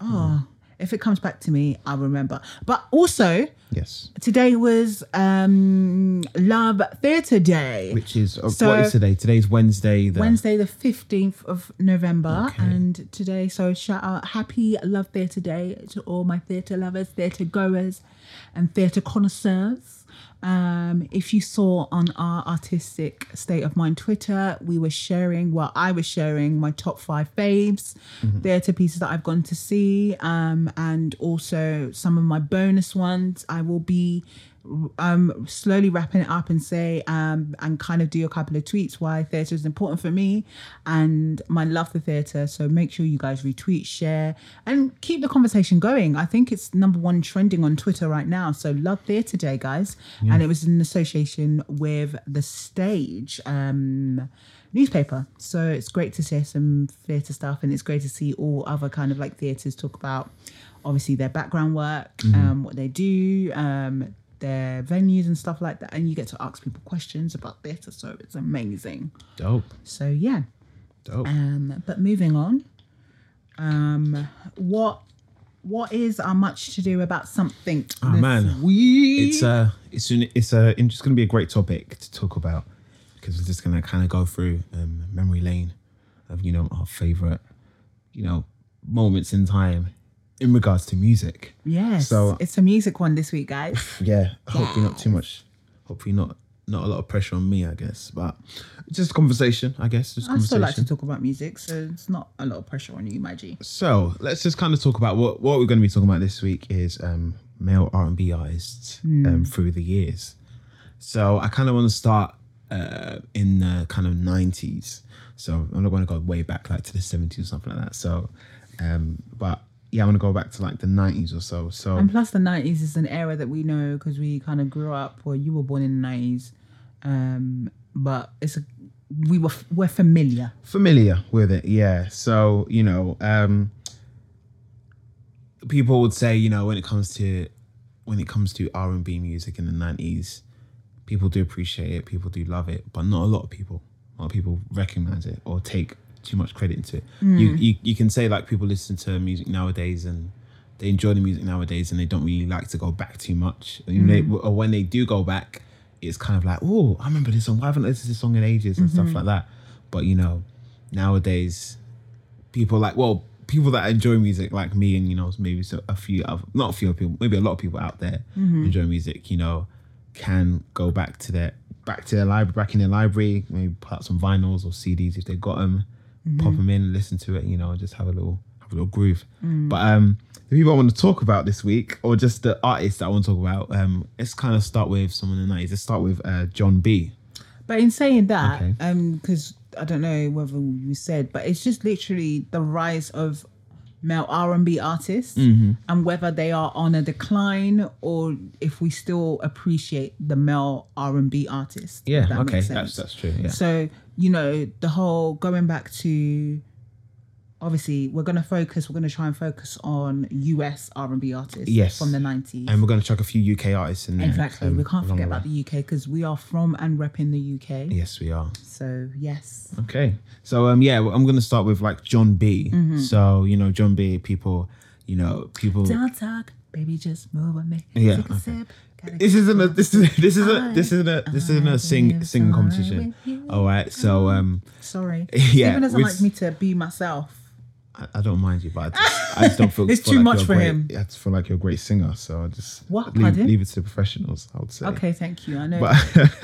Oh, if it comes back to me, I'll remember. But also, Yes. today was um Love Theatre Day. Which is uh, So- what is today? Today's Wednesday the Wednesday, the 15th of November, and today, so shout out happy Love Theatre Day to all my theatre lovers, theatre goers, and theatre connoisseurs. Um, if you saw on our artistic state of mind Twitter, we were sharing, well, I was sharing my top five faves, theatre pieces that I've gone to see, um, and also some of my bonus ones. I will be um slowly wrapping it up and say um and kind of do a couple of tweets why theatre is important for me and my love for theatre so make sure you guys retweet share and keep the conversation going i think it's number one trending on twitter right now so love theatre day guys and it was in association with the stage um newspaper so it's great to see some theatre stuff and it's great to see all other kind of like theatres talk about obviously their background work um what they do um their venues and stuff like that and you get to ask people questions about theatre so it's amazing Dope. so yeah Dope. um but moving on um what what is our much to do about something oh Ah, man. week? it's a it's an, it's a it's going to be a great topic to talk about because we're just going to kind of go through um, memory lane of you know our favorite you know moments in time in regards to music. yes so- uh, it's a music one this week guys Yeah, hopefully not too much. Hopefully not not a lot of pressure on me, I guess. But just conversation, I guess. Just I still conversation. like to talk about music, so it's not a lot of pressure on you, my G. so let's just kind of talk about what what we're going to be talking about this week is um, male R and B artists um, through the years. So I kind of want to start uh, in the kind of nineties. So I'm not going to go way back like to the seventies or something like that. So, um, but yeah, I want to go back to like the nineties or so. So And plus, the nineties is an era that we know because we kind of grew up, or you were born in the nineties. Um, but it's a, we were f- we're familiar. familiar with it yeah so you know um people would say you know when it comes to when it comes to r&b music in the 90s people do appreciate it people do love it but not a lot of people a lot of people recognize it or take too much credit into it you, you you can say like people listen to music nowadays and they enjoy the music nowadays and they don't really like to go back too much You know, they, or when they do go back it's kind of like oh i remember this song why haven't i listened to this song in ages and stuff like that but you know nowadays people like well people that enjoy music like me and you know maybe so a few of not a few people maybe a lot of people out there Mm-hmm. enjoy music you know can go back to their back to their library back in their library maybe put out some vinyls or cds if they've got them Mm-hmm. pop them in listen to it you know just have a little have a little groove Mm. but um the people i want to talk about this week or just the artists that i want to talk about um let's kind of start with someone in the 90s let's start with uh john b But in saying that, Okay. um, because I don't know whether you said, but it's just literally the rise of male R and B artists, Mm-hmm. and whether they are on a decline or if we still appreciate the male R and B artists. if yeah that okay makes that's sense. that's true yeah So, you know, the whole going back to obviously we're gonna focus, we're gonna try and focus on US R and B artists Yes. from the nineties. and we're going to chuck a few uk artists in there exactly. um, we can't along forget the way. about the UK because we are from and repping the UK. yes we are So yes. Okay. So um yeah, well, I'm gonna start with like John B. Mm-hmm. So you know John B. People, you know people. Don't talk, baby, just move with me. Yeah, Take a okay. sip. Gotta This get isn't a this is this is a I- this isn't a this isn't a sing live singing somewhere competition. with you. All right. So um Sorry. Yeah, Stephen doesn't we- like me to be myself. I, I don't mind you, but I just, I just don't feel It's feel too like much you're for a great, him. I just feel like you're a great singer, so I just What? leave, Pardon? leave it to professionals. I would say. Okay, thank you. I know. But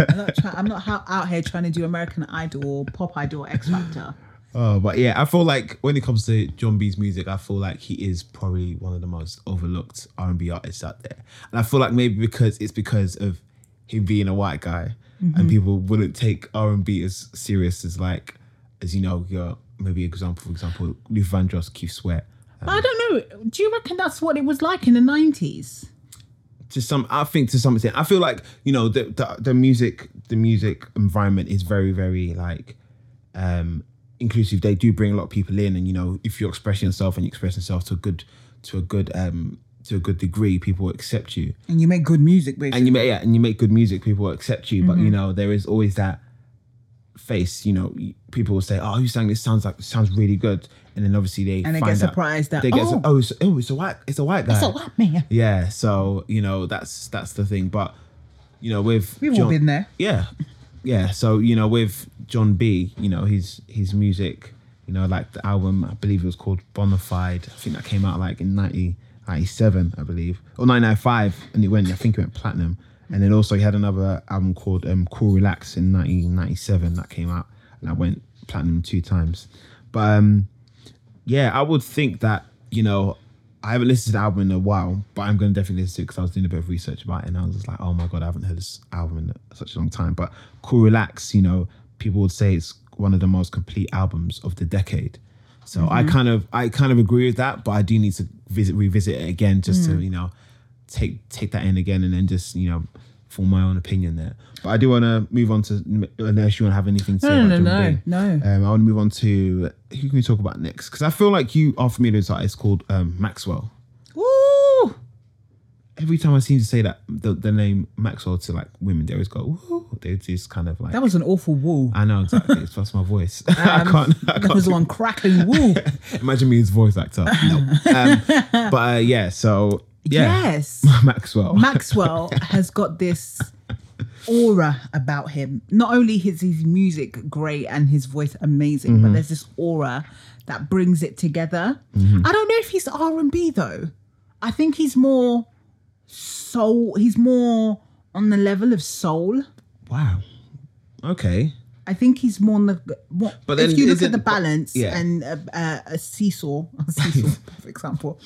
I'm not, try- I'm not ho- out here trying to do American Idol or Pop Idol or X Factor. Oh, but yeah, I feel like when it comes to John B's music, I feel like he is probably one of the most overlooked R and B artists out there, and I feel like maybe because it's because of him being a white guy, and people wouldn't take R and B as serious as like as you know your maybe example for example Luther Vandross, Keith Sweat, But I don't know. Do you reckon that's what it was like in the nineties? to some I think to some extent I feel like you know the the, the music the music environment is very very like um inclusive they do bring a lot of people in and you know if you express yourself and you express yourself to a good to a good um to a good degree people accept you And you make good music, basically. and you make yeah, and you make good music people will accept you but Mm-hmm. you know there is always that face you know y- people will say oh you sang this sounds like sounds really good and then obviously they And they find get out- surprised that, they get "Oh." oh it's, oh it's a white it's a white guy so what, man? yeah, so you know that's that's the thing. But you know, with We've all been there. Yeah, yeah. So you know, with John B, you know his his music. You know, like the album, I believe it was called Bonafide. I think that came out like in 90, 97, I believe, or 995, and it went. I think it went platinum. And then also he had another album called um, Cool Relax in 1997 that came out and I went platinum two times. But um, yeah, I would think that, you know, I haven't listened to the album in a while, but I'm going to definitely listen to it because I was doing a bit of research about it and I was just like, oh my God, I haven't heard this album in such a long time. But Cool Relax, you know, people would say it's one of the most complete albums of the decade. So I Mm-hmm. kind of I kind of agree with that, but I do need to visit revisit it again just Mm. to, you know, take take that in again and then just, you know, form my own opinion there. But I do want to move on to unless you want to have anything to say No, about no, John no, Bing. no. Um, I want to move on to who can we talk about next? Because I feel like you are familiar with this artist called um, Maxwell. Ooh, Every time I seem to say that the, the name Maxwell to like women, they always go, "Ooh," they just kind of like. that was an awful woo. I know exactly. It's plus my voice. Um, I can't. I That was can't one cracking woo. imagine me as voice actor. No. Um, but uh, yeah, so yeah, Yes. Maxwell. Maxwell has got this aura about him. Not only is his music great and his voice amazing, Mm-hmm. but there's this aura that brings it together. Mm-hmm. I don't know if he's R and B though. I think he's more soul. He's more on the level of soul. Wow. Okay. I think he's more on the what. But But then if you is look it- at the balance yeah. and a, a, a seesaw, a seesaw, for example,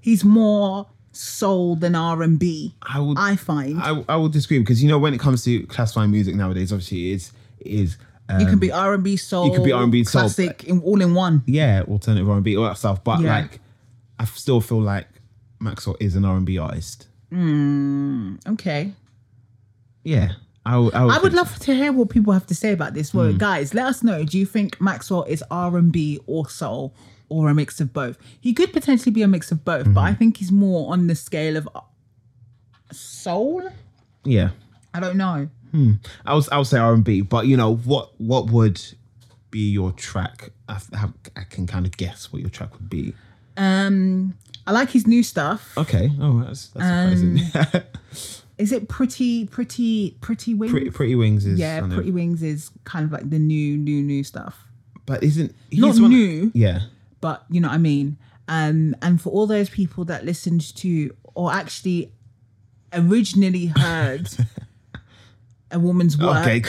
he's more soul than R and B. I would. I find I, I would disagree because you know when it comes to classifying music nowadays, obviously it is it is um, you can be R and B soul. be R&B soul, classic in, all in one. yeah alternative R and B all that stuff. But Yeah. like, I still feel like Maxwell is an R and B artist. Okay. Yeah, I would. I would, I would think- love to hear what people have to say about this. Well, guys, let us know. Do you think Maxwell is R and B or soul or a mix of both? He could potentially be a mix of both, but I think he's more on the scale of uh, soul. Yeah, I don't know. I was. I would say R and B, but you know what? What would be your track? I, f- have, I can kind of guess what your track would be. Um, I like his new stuff. Okay. Oh, that's that's surprising. Is it pretty, pretty, pretty wings? pretty, pretty Wings is yeah, kind of- pretty wings is kind of like the new, new, new stuff. but isn't he's Not one- new, Yeah. but you know what I mean. Um, and for all those people that listened to or actually originally heard a woman's work, Okay.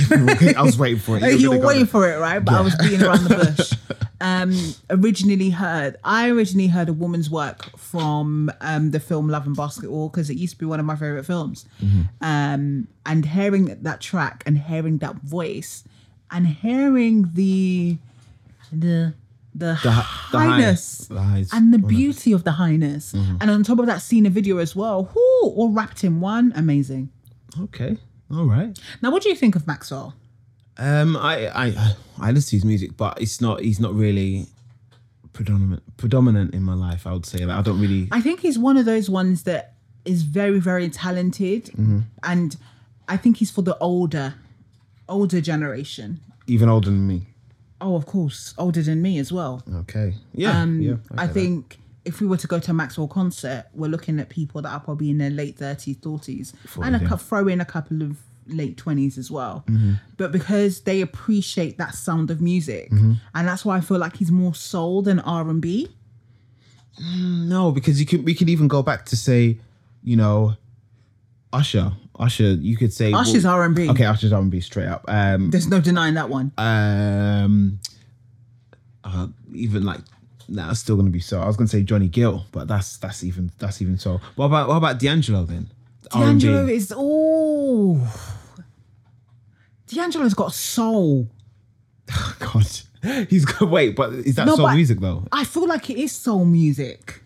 I was waiting for it. Like, You're you gonna were go waiting there. for it, right? But I was being around the bush. Um, originally heard, I originally heard a woman's work from um, the film Love and Basketball because it used to be one of my favorite films. Mm-hmm. Um, and hearing that, that track and hearing that voice and hearing the the the, The hi- the high- highness the highs. and the beauty of the highness, and on top of that, seeing a video as well, whoo, all wrapped in one, amazing. Okay. All right. Now, what do you think of Maxwell? Um, I, I, I listen to his music, but it's not. He's not really predominant predominant in my life. I would say. Like, I don't really. I think he's one of those ones that is very, very talented, and I think he's for the older, older generation. Even older than me. Oh, of course, older than me as well. Okay. Yeah. Um, yeah. I think if we were to go to a Maxwell concert, we're looking at people that are probably in their late thirties, forties, and a yeah. cou- throw in a couple of late twenties as well. Mm-hmm. But because they appreciate that sound of music, Mm-hmm. and that's why I feel like he's more soul than R and B. No, because you could. We could even go back to say, you know, Usher. Usher. You could say Usher's R&B. Okay, Usher's R and B straight up. Um, There's no denying that one. um, uh, even like. Nah, it's still gonna be so. I was gonna say Johnny Gill, but that's that's even that's even so. What about what about D'Angelo then? R&B. D'Angelo is oh, D'Angelo's got soul. God, he's good. Wait, but is that No, soul but- music though? I feel like it is soul music.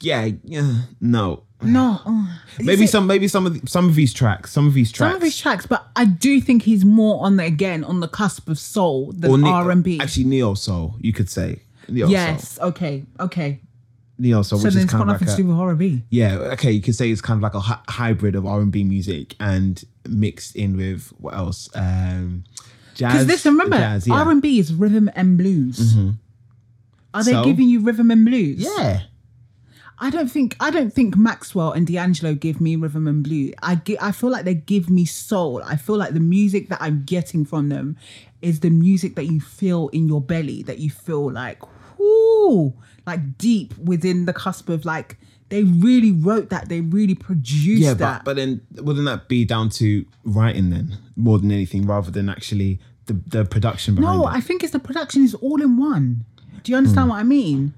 Yeah, yeah. No, No, uh, is maybe it- some, maybe some of the, some of these tracks, some of these tracks, some of his tracks, but I do think he's more on the again on the cusp of soul Or than ne- R and B. Actually, neo soul, you could say neo soul, Yes. Okay. Okay. neo soul, So which then is it's got kind of nothing like to do a, with R and B. yeah. Okay, you could say it's kind of like a hy- hybrid of R and B music and mixed in with what else? Um, jazz. Because listen, remember jazz, yeah. R and B is rhythm and blues. Are they So- giving you rhythm and blues? yeah. I don't think I don't think Maxwell and D'Angelo give me rhythm and blue. I gi- I feel like they give me soul. I feel like the music that I'm getting from them is the music that you feel in your belly, that you feel like whoo, like deep within the cusp of like they really wrote that, they really produced Yeah, that. but, but then wouldn't that be down to writing then more than anything, rather than actually the, the production behind no, it? I think it's the production is all in one. Do you Hmm. understand what I mean?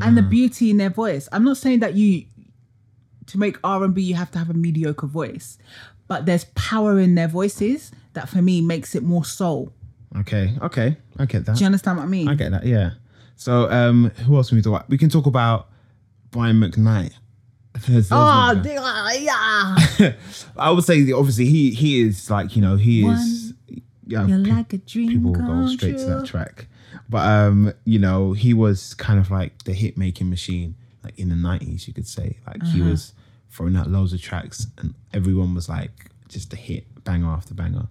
And the beauty in their voice. I'm not saying that you to make R&B you have to have a mediocre voice, but there's power in their voices that for me makes it more soul. Okay, okay, I get that. Do you understand what I mean? I get that. Yeah. So, um, who else can we talk about? We can talk about Brian McKnight. There's- there's Ah, no- d- ah, yeah. I would say that obviously he he is like you know he is yeah You're pe- like a dream people go come straight to that true. track, but um you know he was kind of like the hit making machine like in the nineties you could say like Uh-huh. he was throwing out loads of tracks and everyone was like just a hit banger after banger,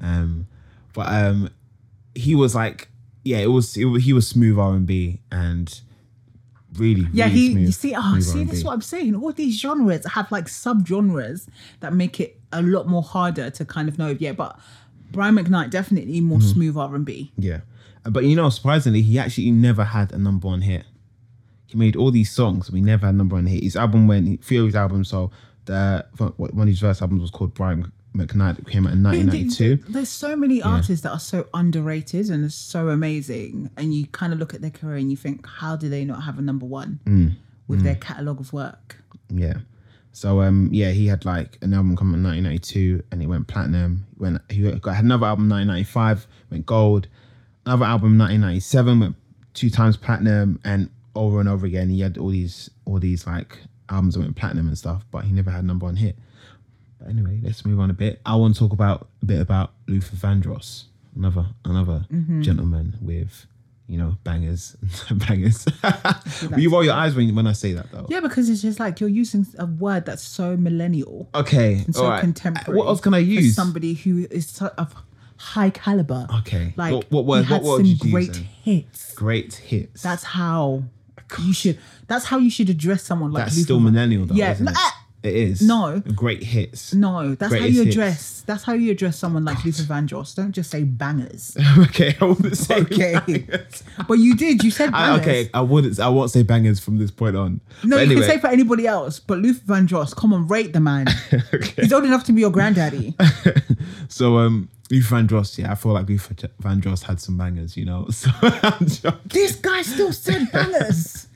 um but um he was like yeah it was it, wa- he was smooth R and B and really Yeah, really he. smooth, You see, oh, smooth see, R&B. this is what I'm saying. All these genres have like subgenres that make it a lot more harder to kind of know. Yeah, but Brian McKnight definitely more Hmm. smooth R and B. Yeah. But you know, surprisingly, he actually never had a number one hit. He made all these songs, but he never had a number one hit. His album went, Fury's album, so the one of his first albums was called Brian McKnight came out in I mean, 1992. th- There's so many artists that are so underrated and are so amazing, and you kind of look at their career and you think, how do they not have a number one Mm. with their catalog of work? Yeah. So um yeah, he had like an album come out in 1992 and it went platinum. When he got had another album 1995 went gold, another album 1997 went two times platinum, and over and over again he had all these all these like albums that went platinum and stuff, but he never had a number one hit. But anyway, let's move on a bit. I want to talk about a bit about Luther Vandross, another another gentleman with you know bangers bangers. Will you roll your eyes when when I say that though? Yeah, because it's just like you're using a word that's so millennial, Okay. so Oh, all right. Uh, contemporary. What else can I for use? somebody who is so- of high caliber. Okay. like What- what word- he had what word some did you use great then? hits. Great hits. That's how you should. That's how you should address someone like That's Luther still Van- millennial though. Yeah, Isn't no, it? ah! it is. No. Great hits. No, that's how Greatest you hits. address. That's how you address someone like Luther Vandross. Don't just say bangers. okay. I wouldn't say. Okay. bangers. But you did. You said I, bangers. Ah, okay. I wouldn't. I won't say bangers from this point on. No, But you anyway, can say for anybody else, but Luther Vandross, come on, rate the man. He's old enough to be your granddaddy. so um, Luther Vandross. Yeah, I feel like Luther Vandross had some bangers. You know. So I'm joking. this guy still said bangers.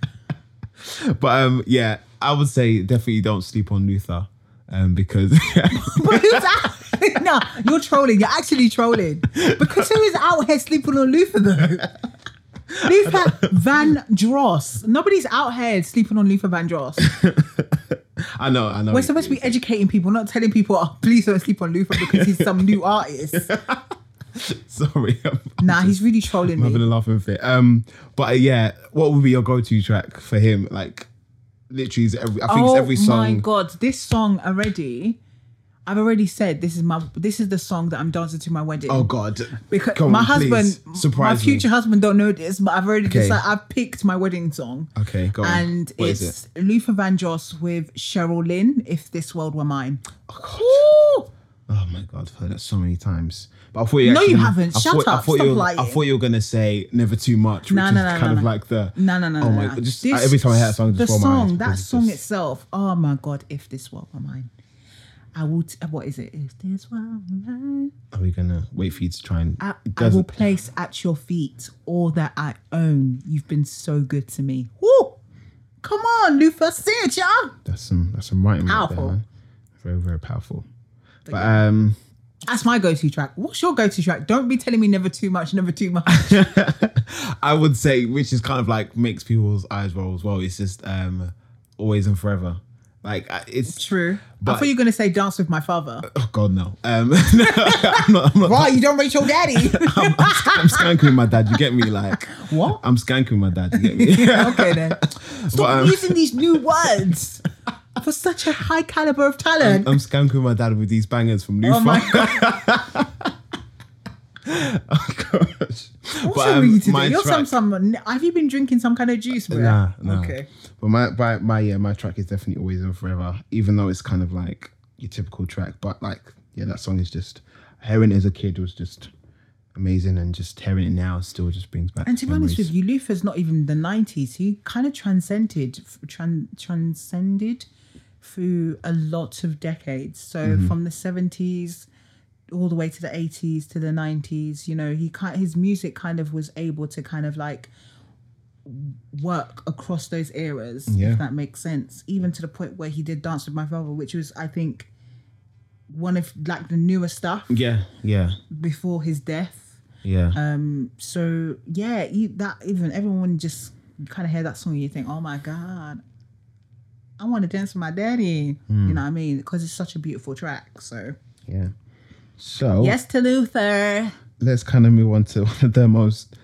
but um, yeah, I would say definitely don't sleep on Luther, um, because but who's out? no, you're trolling. You're actually trolling. Because who is out here sleeping on Luther though? Luther Vandross. Nobody's out here sleeping on Luther Vandross. I know, I know. We're supposed to be educating people, not telling people, oh, please don't sleep on Luther because he's some new artist. Sorry. I'm Nah, he's really trolling I'm me. having a laugh with it. Um, but uh, yeah, what would be your go-to track for him? Like, literally, it's every, I think it's every Oh my song. god, this song already. I've already said this is my this is the song that I'm dancing to my wedding. Oh God! because Come my on, husband, please. surprise my future Me. husband, don't know this, but I've already Okay. decided. I've picked my wedding song, Okay, go on. and What is it's Luther Vandross with Cheryl Lynn. If this world were mine. Ooh! Oh my God! I've heard that so many times. But I thought you. No, actually you gonna- haven't. I Shut thought, I up. thought Stop you were, lying. I thought you were gonna say "Never Too Much," which No, no, is no, kind of no, no. like the. No, no, no, Oh no, my! no. God, Just This- every time I hear that song, just the roll my eyes song, that because it's song just- itself. Oh my god! If this world were mine, I would. uh, What is it? If this world were mine, Are we gonna wait for you to try and? I, it I will doesn't. place at your feet all that I own. You've been so good to me. Woo! Come on, Luther, sing it, y'all. That's some. That's some writing. Right Powerful. there, man. Very very powerful. But um. That's my go-to track. What's your go-to track? Don't be telling me never too much, never too much. I would say, which is kind of like makes people's eyes roll as well. It's just um, always and forever. Like I- it's True. I But- thought you were gonna say dance with my father. oh god no. Um, no, I'm not. I'm, not Why you don't rate your daddy? I'm, I'm, sc- I'm skanking my dad. You get me? Like What? I'm skanking my dad. You get me? okay then. Stop um, using these new words for such a high caliber of talent. I'm skanking my dad with these bangers from Lufa. oh my god! oh gosh. um, What's wrong with you today? You're some some. Have you been drinking some kind of juice, bro? Nah, nah. Okay. But my, my my yeah, my track is definitely always and forever, even though it's kind of like your typical track. But like, yeah, that song is just hearing it as a kid was just amazing, and just hearing it now still just brings back. And to be honest with you, Luther's not even the '90s. He kind of transcended, tran- transcended through a lot of decades. So Mm-hmm. from the '70s all the way to the '80s to the '90s, you know, he kind his music kind of was able to kind of like work across those eras, Yeah. if that makes sense. Even to the point where he did Dance with My Father, which was, I think, one of like the newer stuff yeah, yeah, before his death. yeah. Um, so yeah, you, that even everyone just kind of hear that song and you think, oh my god, I want to dance with my daddy. Hmm. You know what I mean? Because it's such a beautiful track. So yeah. So yes to Luther. let's kind of move on to one of the most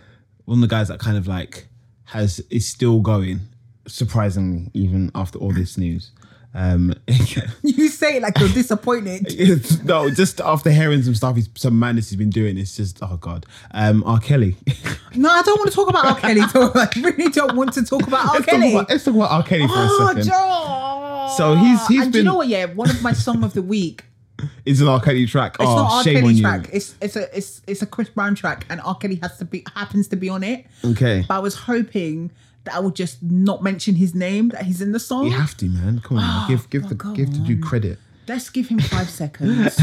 one of the guys that kind of like has is still going surprisingly even after all this news. Um, You say it like you're disappointed. It's- no, just after hearing some stuff, he's, some madness he's been doing, it's just oh god. Um, R. Kelly. No, I don't want to talk about R. Kelly. Though. I really don't want to talk about R. let's, Kelly. Talk about, let's talk about R. Kelly for Oh, a second. Joe. So he's- he's and do you been- know what? Yeah, one of my song of the week. It's an R. Kelly track. It's oh, not R. shame on Kelly you. track. It's it's a it's it's a Chris Brown track, and R. Kelly has to be happens to be on it. Okay, But I was hoping that I would just not mention his name, that he's in the song. you have to, man. Come on, give give the Oh, go give the due credit. Let's give him five seconds.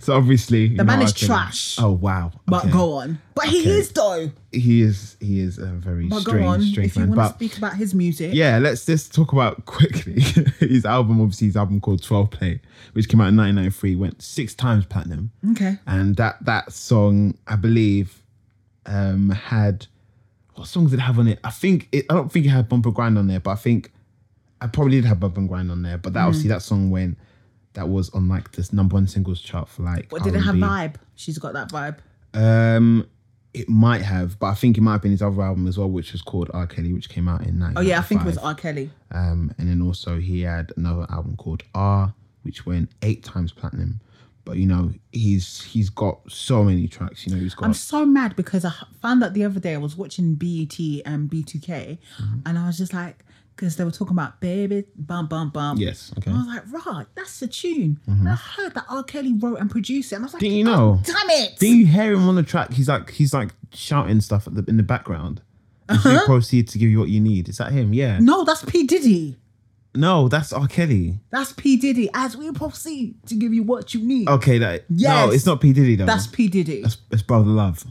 so obviously, the man is trash. Oh wow! But Okay. go on. But he Okay. is though. He is he is a very But strange, go on. strange If you man. want to But speak about his music, yeah, let's just talk about quickly his album. Obviously, his album called Twelve Play, which came out in 1993, went six times platinum. okay. and that that song I believe um had what songs did it have on it? I think it, I don't think it had Bumper Grind on there, but I think I probably did have Bumper Grind on there. But that obviously Mm. that song went that was on like this number one singles chart for like. But did it have R&B. vibe? She's got that vibe. Um, it might have, but I think it might have been his other album as well, which was called R Kelly, which came out in nine. Oh yeah, I think it was R. Kelly. Um, and then also he had another album called R, which went eight times platinum. But you know he's he's got so many tracks. You know he's got. I'm so mad because I h- found out the other day I was watching BET and B2K, Mm-hmm. and I was just like, because they were talking about baby bum bum bum. yes. Okay. I was like, right, that's the tune. And I heard that R. Kelly wrote and produced it, and I was like, Mm-hmm. Didn't you know? Oh, damn it! Didn't you hear him on the track? He's like he's like shouting stuff at the, in the background. If You proceed to give you what you need. Is that him? Yeah. Uh-huh. no, that's P Diddy. No, that's R. Kelly. That's P Diddy. As we proceed to give you what you need. Okay, that no, Yes. it's not P Diddy though. That's P Diddy. it's, it's Brother Love.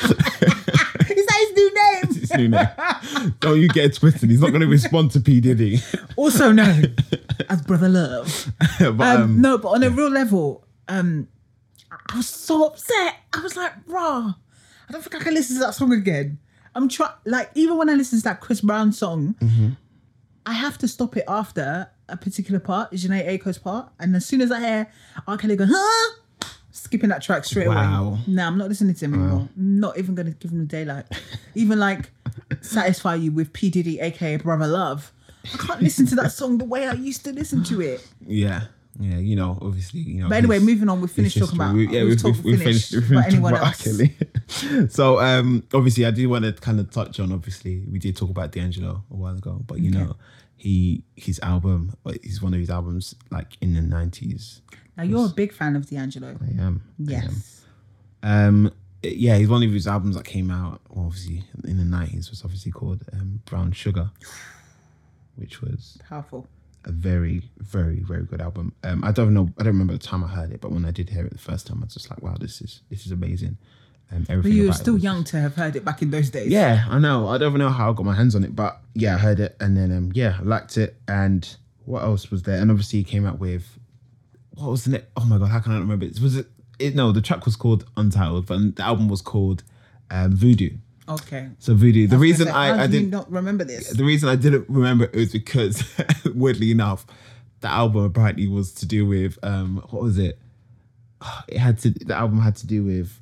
Is that his new name? It's new name. don't you get it twisted. He's not going to respond to P Diddy. also known as Brother Love. but Um, um, no, but on a real level, um, I was so upset. I was like, "Bruh, I don't think I can listen to that song again." I'm trying, like, even when I listen to that Chris Brown song, Mm-hmm. I have to stop it after a particular part, Janae Aiko's part, and as soon as I hear R. Kelly go, "Huh," skipping that track straight Wow. away. No, I'm not listening to him anymore. Not even going to give him the daylight. even like, satisfy you with P Diddy, aka Brother Love. I can't listen to that song the way I used to listen to it. yeah, yeah. You know, obviously, you know. But anyway, he's- moving on. We've finished It's talking just- about. we- yeah, we've, we've, talked- we've, we've finished. finished. we've but finished anyone about else? Kelly. so um, obviously, I do want to kind of touch on. Obviously, we did talk about D'Angelo a while ago, but you know, he his album, he's one of his albums like in the nineties. Now you're a big fan of D'Angelo. I am. I am. Yes. Um, yeah, he's one of his albums that came out well, obviously in the nineties was obviously called um, Brown Sugar, which was Powerful. a very, very, very good album. Um, I don't know, I don't remember the time I heard it, but when I did hear it the first time, I was just like, wow, this is this is amazing. Um, everything. But you were about it still was- young to have heard it back in those days. Yeah, I know. I don't even know how I got my hands on it, but yeah, I heard it and then um, yeah, I liked it. And what else was there? And obviously, he came out with what was the next? Oh my god, how can I not remember? It was it, it? No, the track was called Untitled, but the album was called um, Voodoo. Okay. So Voodoo. The reason Like, how I, I do you didn't not remember this? the reason I didn't remember it was because, weirdly enough, the album apparently was to do with um, what was it? It had to the album had to do with.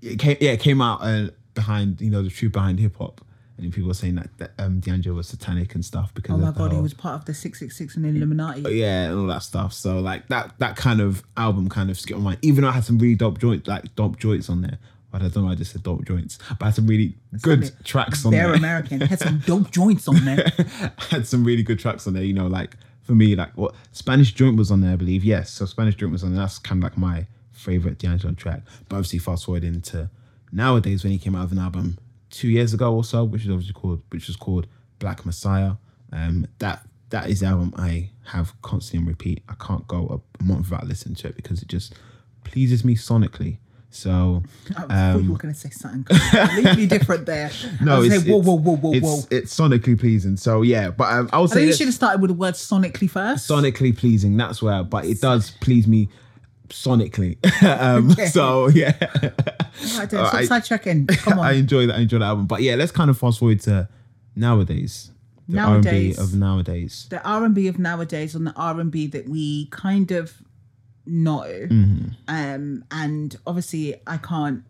It came yeah, it came out uh, behind you know the truth behind hip hop, and then people were saying that, that um, D'Angelo was satanic and stuff because Oh of my the god, he whole- was part of the six six six and the Illuminati. yeah and all that stuff. So like that that kind of album kind of skipped my mind. Even though I had some really dope joints like dope joints on there. I don't know. why I just said dope joints, but I had some really good something. tracks on They're there. American. Had some dope joints on there. had some really good tracks on there. You know, like for me, like what Spanish Joint was on there, I believe. Yes, so Spanish Joint was on there. That's kind of like my favorite D'Angelo track. But obviously, fast forward into nowadays when he came out with an album two years ago or so, which is obviously called which is called Black Messiah. Um, that that is the album I have constantly on repeat. I can't go a month without listening to it because it just pleases me sonically. So I thought you were going to say something completely different there. I Um, no, was it's, saying, whoa, it's- whoa, whoa, whoa, it's, whoa. it's sonically pleasing. So yeah, but um, I would I think say you that- should have started with the word sonically first. sonically pleasing. That's where, but it does please me sonically. um, So yeah, Right there, stop I- sidetracking. Come on. I enjoy that. I enjoy that album. But yeah, let's kind of fast forward to nowadays. The Nowadays. R&B of nowadays. the R and B of nowadays on the R and B that we kind of know, um, and obviously I can't,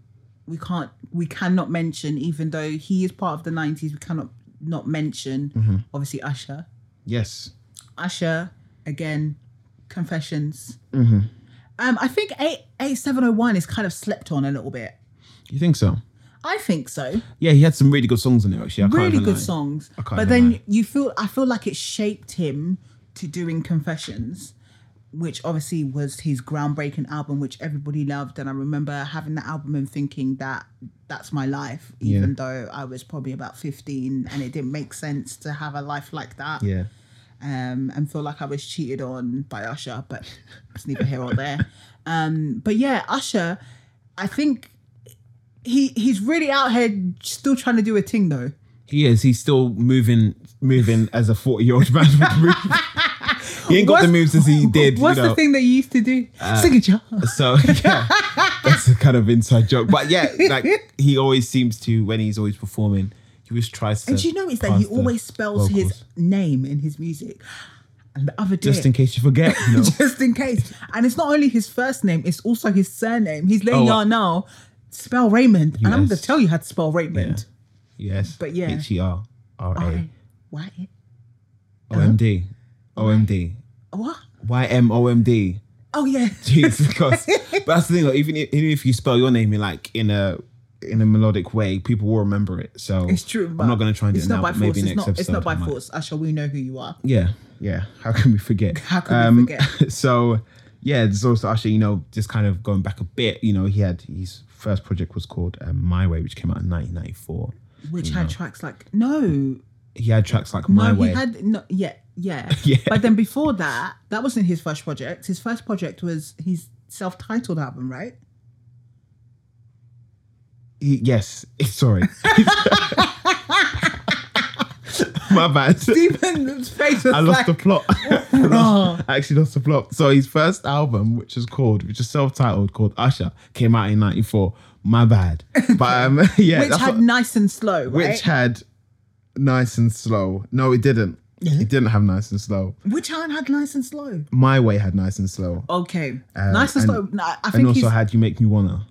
we can't, we cannot mention, even though he is part of the '90s, we cannot not mention obviously Usher, Yes. Usher again, Confessions. Um, I think eight eight seven oh one is kind of slept on a little bit. You think so? I think so. Yeah, he had some really good songs in there actually. I can't really even good lie. songs. can't But even then lie. you feel I feel like it shaped him to doing confessions which obviously was his groundbreaking album, which everybody loved. And I remember having that album and thinking that that's my life, even Yeah. though I was probably about 15 and it didn't make sense to have a life like that Yeah. um, and feel like I was cheated on by Usher, but it's neither here or there. Um, but yeah, Usher, I think he he's really out here still trying to do a thing though. He is. He's still moving, moving as a forty-year-old man would move. he ain't got the What's- moves as he did. What's you know. Uh, the thing that you used to do? Signature. So yeah, that's a kind of inside joke. But yeah, like he always seems to when he's always performing, he always tries to. And do you notice that he pass the always spells his vocals. name in his music? And the other day, just in case you forget. You know? just in case. And it's not only his first name, it's also his surname. He's letting Oh, y'all know, spell Raymond. And I'm going Yes. to tell you how to spell Raymond. yes, But yeah. H E R R A Why? O M D O M D Oh, What? Y M O M D. Oh yeah. Jesus Christ. But that's the thing. Like, even if, even if you spell your name in like in a in a melodic way, people will remember it. So It's true. I'm but not going to try and do it's it now. not by but maybe force. next it's not, episode. It's not by I might. force. Usher, we know who you are. Yeah, yeah. How can we forget? Um, How can we forget? So yeah, there's also Usher. You know, just kind of going back a bit. You know, he had his first project was called um, My Way, which came out in 1994. Which had tracks like no, He had tracks like My no, Way. he had no, yeah, yeah, Yeah. But then before that, that wasn't his first project. His first project was his self-titled album, right? He- yes, sorry. My bad. Stephen's face was I lost like, the plot. I lost- I actually lost the plot. So his first album, which is called, which is self-titled, called Usher, came out in '94. My bad. But um, yeah, which that's had what- nice and slow, which right? had nice and slow. No, it didn't. It didn't have nice and slow. Which one had nice and slow? My way had nice and slow, Okay, Um, nice and, and- slow. No, I and think also he's had you make me wanna.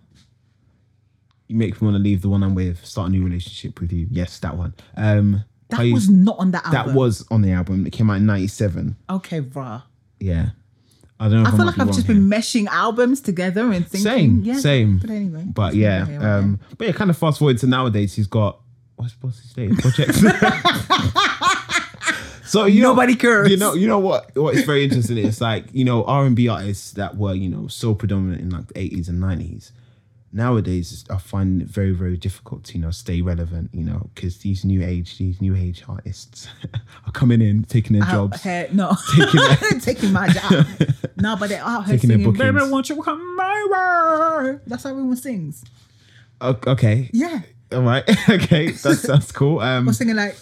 You make me wanna leave the one I'm with, start a new relationship with you. Yes, that one. Um, how that you- was not on that that album. was on the album. It came out in '97. okay, bruh. Yeah, I don't know. If I I feel might like be I've wrong just here. been meshing albums together and thinking. Same, yeah. same. But anyway. But it's yeah, okay, okay. um, but yeah, kind of fast forward to nowadays, he's got what's what's his name? Project. so you Nobody know, cares. You know, you know what? What is very interesting is like you know R and B artists that were you know so predominant in like the eighties and nineties. Nowadays, I find it very very difficult to you know stay relevant. You know, because these new age these new age artists are coming in taking their out jobs. here- no, Taking taking, my job. No, but they're out here Taking their singing. Baby, bookings. won't you come my way? That's how everyone sings. O- Okay, Yeah, all right, okay, that sounds cool. Um, I'm singing like.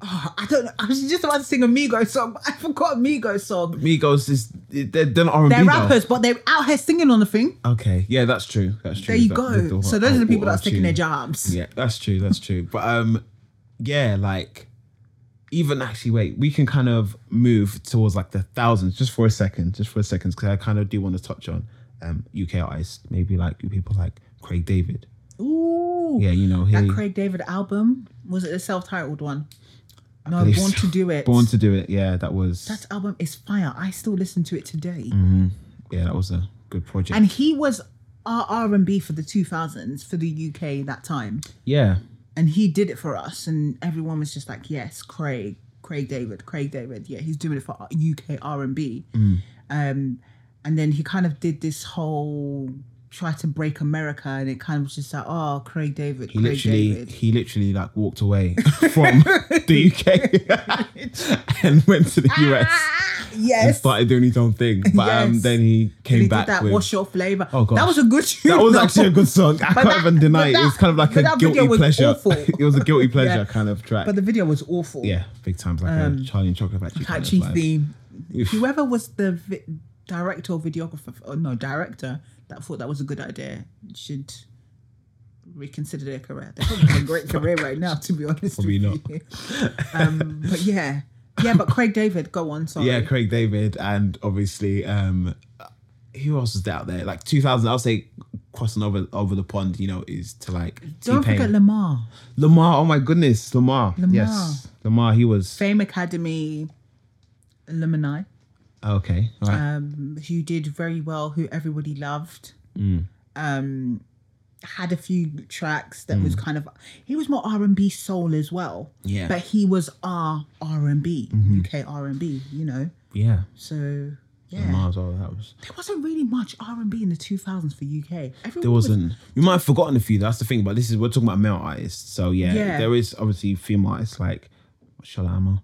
Oh, I don't. know. I was just about to sing a Migos song. But I forgot Migos song. Migos is they're, they're not R and B. They're rappers, but they're out here singing on the thing. Okay, yeah, that's true. That's true. There you That- go. that- that- so those are the people that- that's taking their that- jobs. Yeah, that's true. That's true. But um, yeah, like even actually, wait, we can kind of move towards like the thousands just for a second, just for a second, because I kind of do want to touch on um UK artists, maybe like people like Craig David. Ooh. Yeah, you know, he That Craig David album was it the self-titled one? No, believe Born so. to Do It. born to do it. Yeah, that was that album is fire. I still listen to it today. Mm. yeah, that was a good project. And he was our R and B for the two thousands for the UK that time, yeah, and he did it for us, and everyone was just like, "Yes, Craig, Craig David, Craig David, yeah, he's doing it for UK R and B." Mm. Um, and then he kind of did this whole try to break America, and it kind of was just like, "Oh, Craig David, he Craig literally David." he literally like walked away from the UK and went to the US. Ah, and yes, started doing his own thing. But um, Yes. then he came he did back that. with What's your flavor? Oh, gosh. that was a good tune. that was though. actually a good song. I But can't that- even deny it. but It was that- kind of like but a that video guilty was pleasure. awful. it was a guilty pleasure Yeah. kind of track. But the video was awful. yeah, big times like a Charlie and Chocolate Factory. kind of catchy vibe. theme. Whoever was the vi- director or videographer, or no, director that thought that was a good idea should reconsider their career. They're probably having a great career right now, to be honest. Probably not. with you. um, but yeah, yeah. But Craig David, go on. Sorry. Yeah, Craig David and obviously um, who else was out there? Like 2000, I'll say crossing over over the pond. You know, is to like Don't T-Pain. forget Lamar, Lamar. Oh my goodness, Lamar. Lamar. Yes, Lamar. He was Fame Academy alumni, okay. All right. um, who did very well, who everybody loved. Mm. Um, had a few tracks that was kind of he was more R and B soul as well. Mm. Yeah. Mm-hmm. But he was our R and B, UK R and B, you know. yeah. So So yeah, might as well. That was there wasn't really much R and B in the two thousands for UK. Everyone there wasn't. You might have forgotten a few. That's the thing. But this is we're talking about male artists. So yeah, Yeah. there is obviously female artists like Shalama.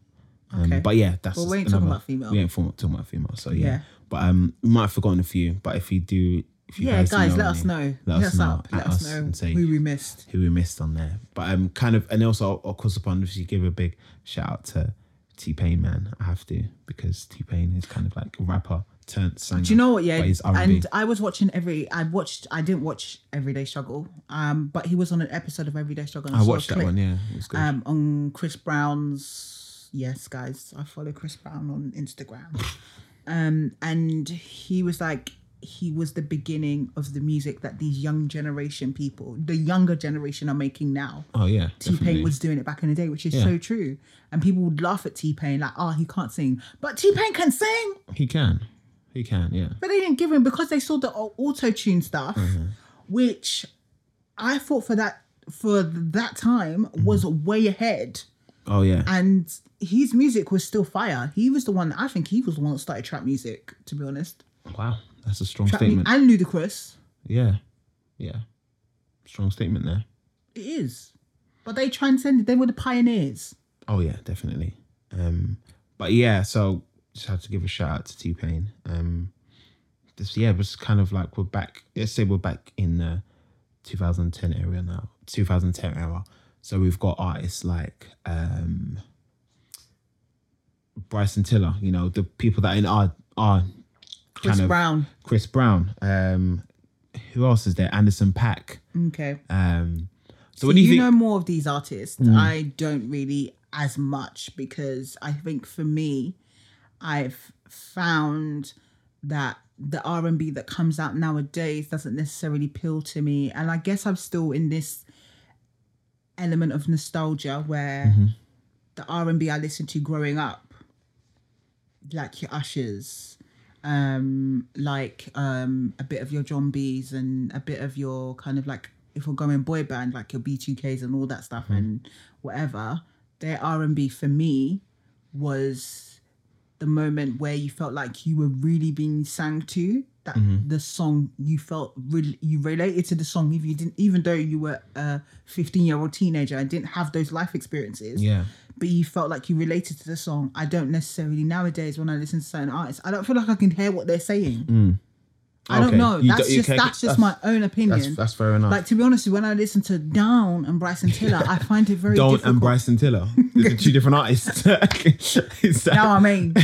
Um, Okay. But yeah, that's Well, we just ain't talking another- about female. We ain't form- talking about female. So yeah. Yeah. But um, we might have forgotten a few. But if you do, if you yeah, guys, know let any, us know. Let, us know. up. Let at us know and say who we missed. who we missed on there. But um, kind of, and also, of course, upon obviously give a big shout out to T Pain, man. I have to because T Pain is kind of like a rapper turned singer. Do you know what? Yeah, But he's R&B. and I was watching every. I watched. I didn't watch Everyday Struggle. Um, but he was on an episode of Everyday Struggle. And I saw a watched that clip, one. Yeah, it was good. Um, on Chris Brown's. Yes, guys, I follow Chris Brown on Instagram. Um, and he was like, he was the beginning of the music that these young generation people, the younger generation, are making now. oh yeah, T definitely. Pain was doing it back in the day, which is Yeah. so true. And people would laugh at T Pain, like, oh, he can't sing. But T Pain can sing. He can, he can. Yeah, But they didn't give him because they saw the auto tune stuff, Mm-hmm. which I thought for that for that time Mm-hmm. was way ahead. oh yeah. And his music was still fire. He was the one. I think he was the one that started trap music. To be honest, wow, that's a strong trap mu- statement. and Ludacris. yeah, yeah, strong statement there. It is, but they transcended. They were the pioneers. Oh yeah, definitely. Um, but yeah, so just have to give a shout out to T Pain. Um, this yeah, it was kind of like we're back. Let's say we're back in the 2010 area now, 2010 era. So we've got artists like um, Bryson Tiller. You know, the people that are in our our Chris kind of Brown. Chris Brown. Um, who else is there? Anderson Pack. Okay. Um, so So when you, you think, Hmm. know more of these artists. I don't really as much because I think for me, I've found that the R and B that comes out nowadays doesn't necessarily appeal to me, and I guess I'm still in this element of nostalgia where Mm-hmm. the R and B I listened to growing up, like your Ushers, um, like um, a bit of your John B's and a bit of your kind of like if we're going boy band, like your B2Ks and all that stuff and whatever, their R and B for me was the moment where you felt like you were really being sang to. That the song you felt really you related to the song if you didn't even though you were a 15 year old teenager and didn't have those life experiences yeah, but you felt like you related to the song. I don't necessarily nowadays when I listen to certain artists, I don't feel like I can hear what they're saying. I Mm, Okay. don't know. You That's don't- you just can't- that's that's- just my own opinion. that's that's fair enough. like to be honest, when I listen to Down and Bryson Tiller, I find it very Don difficult. and Bryson Tiller. These are two different artists. Is that- now I mean,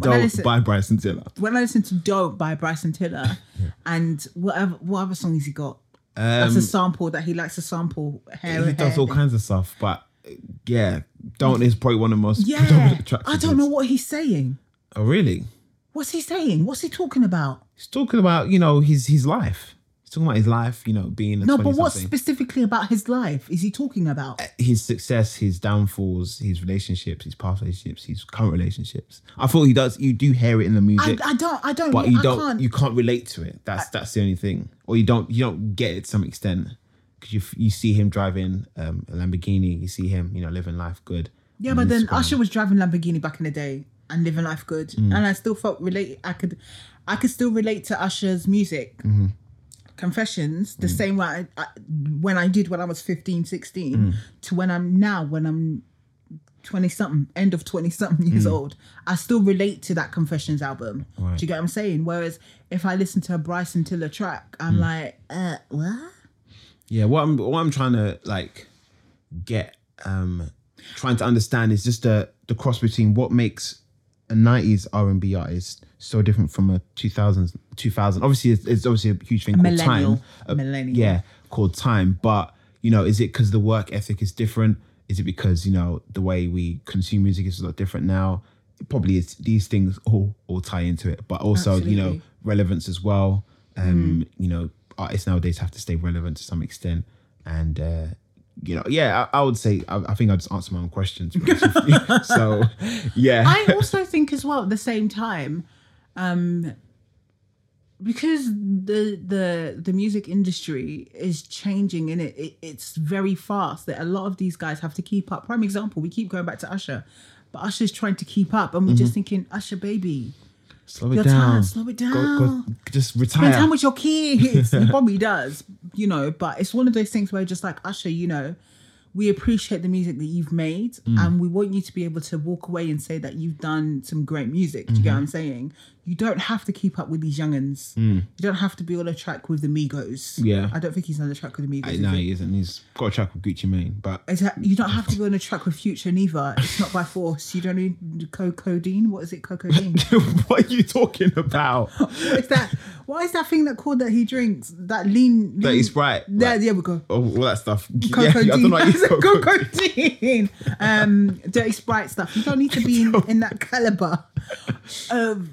Don't listen- by Bryson Tiller. when I listen to "Dope" by Bryson Tiller, and whatever what other song has he got? that's Um, a sample that he likes to sample. Hair, he and does hair all thing. kinds of stuff, but uh, yeah, Don't is probably one of the most Yeah, predominant attractions. I don't know what he's saying. Oh, really? What's he saying? What's he talking about? He's talking about you know his his life. He's talking about his life. You know, being a No, but what 20-something. specifically about his life is he talking about? his success, his downfalls, his relationships, his past relationships, his current relationships. I thought he does. You do hear it in the I, music, I don't. I don't. but you I don't. Can't. You can't relate to it. That's that's the only thing. Or you don't. You don't get it to some extent because you f- you see him driving um, a Lamborghini. You see him, you know, living life good. yeah, on but then Instagram. Usher was driving Lamborghini back in the day and living life good, Mm. and I still felt relate. I could, I could still relate to Usher's music. Mm-hmm. Confessions Mm. the same way I, I, when I did when I was 15, 16 Mm. to when I'm now when I'm twenty something, end of twenty something years old. I still relate to that Confessions album. Mm. Right. Do you get what I'm saying? Whereas if I listen to a Bryson Tiller track, I'm Mm. like, uh, what? Yeah, what I'm what I'm trying to like get um trying to understand is just the the cross between what makes a 90s R&B artist so different from a 2000s 2000 obviously it's, it's obviously a huge thing called millennial. time A- Millennial. yeah called time but you know is it because the work ethic is different is it because you know the way we consume music is a lot different now it probably is these things all all tie into it but also you know Absolutely. Mm-hmm. relevance as well. Um, you know, artists nowadays have to stay relevant to some extent, and uh, you know, yeah, I, I would say I, I think I just answer my own questions. so, yeah, I also think as well at the same time, um, because the the the music industry is changing and it, it it's very fast that a lot of these guys have to keep up. Prime example, we keep going back to Usher, But Usher's trying to keep up, and we're just thinking, Usher, baby, Slow Your it time, down. slow it Go- go- just spend retire. time with your kids. he probably does, you know. But it's one of those things where just like Usher, you know, we appreciate the music that you've made, Mm. and we want you to be able to walk away and say that you've done some great music. Do you Mm-hmm. get what I'm saying? You don't have to keep up with these younguns. You don't have to be on a track with the Migos. Mm. Yeah. I don't think he's on a track with the Migos. I- is no, he? he isn't. He's got a track with Gucci Mane, but Exactly. You don't have to be on a track with Future neither. It's not by force. You don't need co- codeine. What is it? Codeine. what are you talking about? What's that? What is that thing that called that he drinks? That lean. That lean- is right. There, Like, there we go. oh, all that stuff. Yeah, Coco I don't Dean. know. It's Coco. Coco Dean. Um, dirty sprite stuff. You don't need to be in, in that caliber of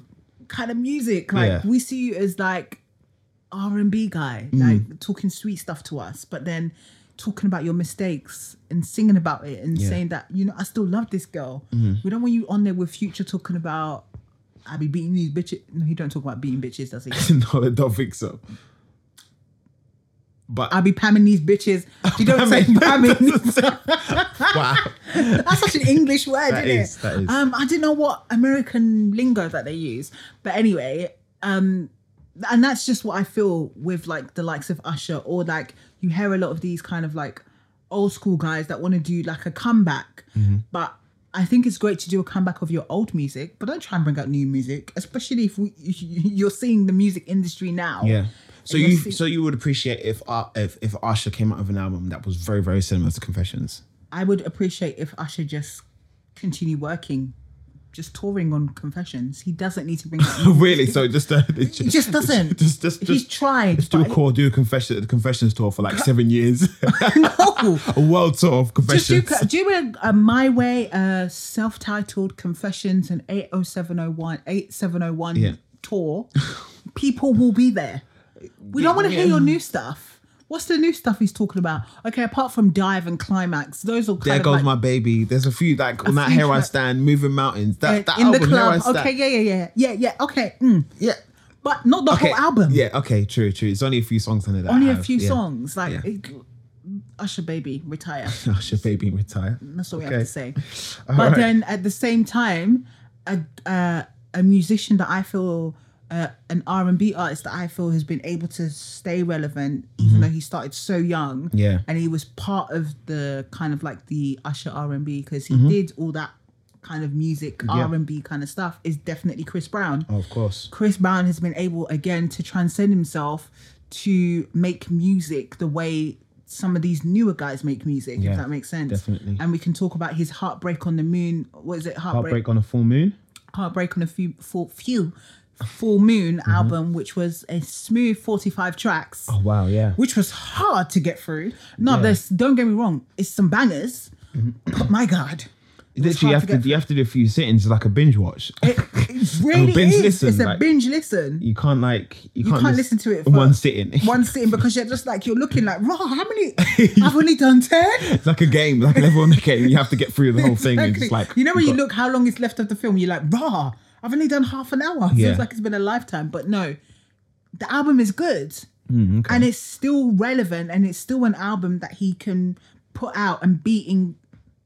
kind of music. Like Yeah. Mm. we see you as like R and B guy, like talking sweet stuff to us, but then talking about your mistakes and singing about it and Yeah. Mm-hmm. saying that you know I still love this girl. We don't want you on there with Future talking about I be beating these bitches. No, he don't talk about beating bitches, does he? no, I don't think so. But I be pamming these bitches. You don't say pamming. wow, That's such an English word, That isn't is, it? that is. Um, I didn't know what American lingo that they use, but anyway, um, and that's just what I feel with like the likes of Usher or like you hear a lot of these kind of like old school guys that want to do like a comeback, Mm-hmm. but. I think it's great to do a comeback of your old music, but don't try and bring out new music, especially if we, you're seeing the music industry now. yeah. So And you that's it. so you would appreciate if uh, if if Usher came out with an album that was very very similar to Confessions. I would appreciate if Usher just continue working, just touring on Confessions. He doesn't need to bring. Up new- really? So just uh, it he just doesn't. Just just He's just. tried. Just do a but- call, do a confession, the confessions tour for like seven years, No. a world tour of Just do, confessions. do a, a My Way uh, self titled Confessions and 80701, 8701 Yeah. tour. People will be there. We don't want to hear your new stuff. What's the new stuff he's talking about? Okay, apart from Dive and Climax, those are kind there of goes like- my baby. There's a few like on that few Here I tracks. Stand, Moving Mountains. That, uh, that in album, the Here I Stand. club. Okay, yeah, yeah, yeah, yeah, yeah. Okay, mm. yeah. but not the Okay. whole album. Yeah, okay, true, true. It's only a few songs on it. that I only a have, few yeah. songs. Like Yeah. it, Usher baby retire. Usher baby retire. That's all we Okay. have to say. but right. then at the same time, a uh, a musician that I feel. Uh, an R and B artist that I feel has been able to stay relevant, even though he started so young. Mm-hmm. Yeah. and he was part of the kind of like the Usher R and B because he Mm-hmm. did all that kind of music R and B kind of stuff. Is definitely Chris Brown. Oh, of course. Chris Brown has been able again to transcend himself to make music the way some of these newer guys make music, Yeah, if that makes sense. definitely. And we can talk about his heartbreak on the moon. What is it? Heartbreak Heartbreak on a full moon. Heartbreak on a few full few full moon album, which was a smooth 45 tracks, Mm-hmm. Oh wow, yeah. which was hard to get through. No, there's don't get me wrong, it's some bangers. Mm-hmm. But my God. it was Literally, you hard have to, get you have to do a few sittings like a binge watch. through. It, it really Oh, binge is. listen, it's a like- binge listen. You can't like you, You can't listen to it in for- one sitting. one sitting because you're just like you're looking like, raw, how many? I've only done ten. it's like a game, like a level on the game. You have to get through the whole thing and just like you know when you got- look how long is left of the film, you're like, raw, I've only done half an hour. Yeah. Feels like it's been a lifetime, but no, the album is good Mm, and it's still relevant and it's still an album that he can put out and be in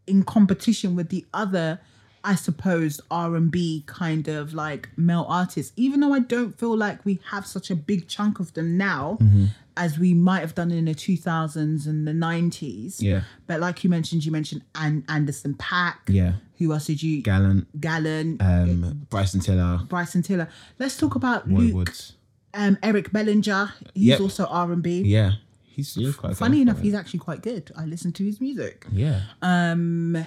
in competition with the other. I suppose R and B kind of like male artists, even though I don't feel like we have such a big chunk of them now Mm-hmm. as we might have done in the two thousands and the nineties. Yeah. But like you mentioned, you mentioned An- Anderson Pack. Yeah. Who else did you? Gallant, Gallen, um, Bryson Tiller, Bryson Tiller. Let's talk about Roy Luke, Woods. um, Eric Bellinger. He's Yep. also R and B. Yeah, he's, he's quite Funny good. enough, he's actually quite good. I listen to his music. Yeah. Um,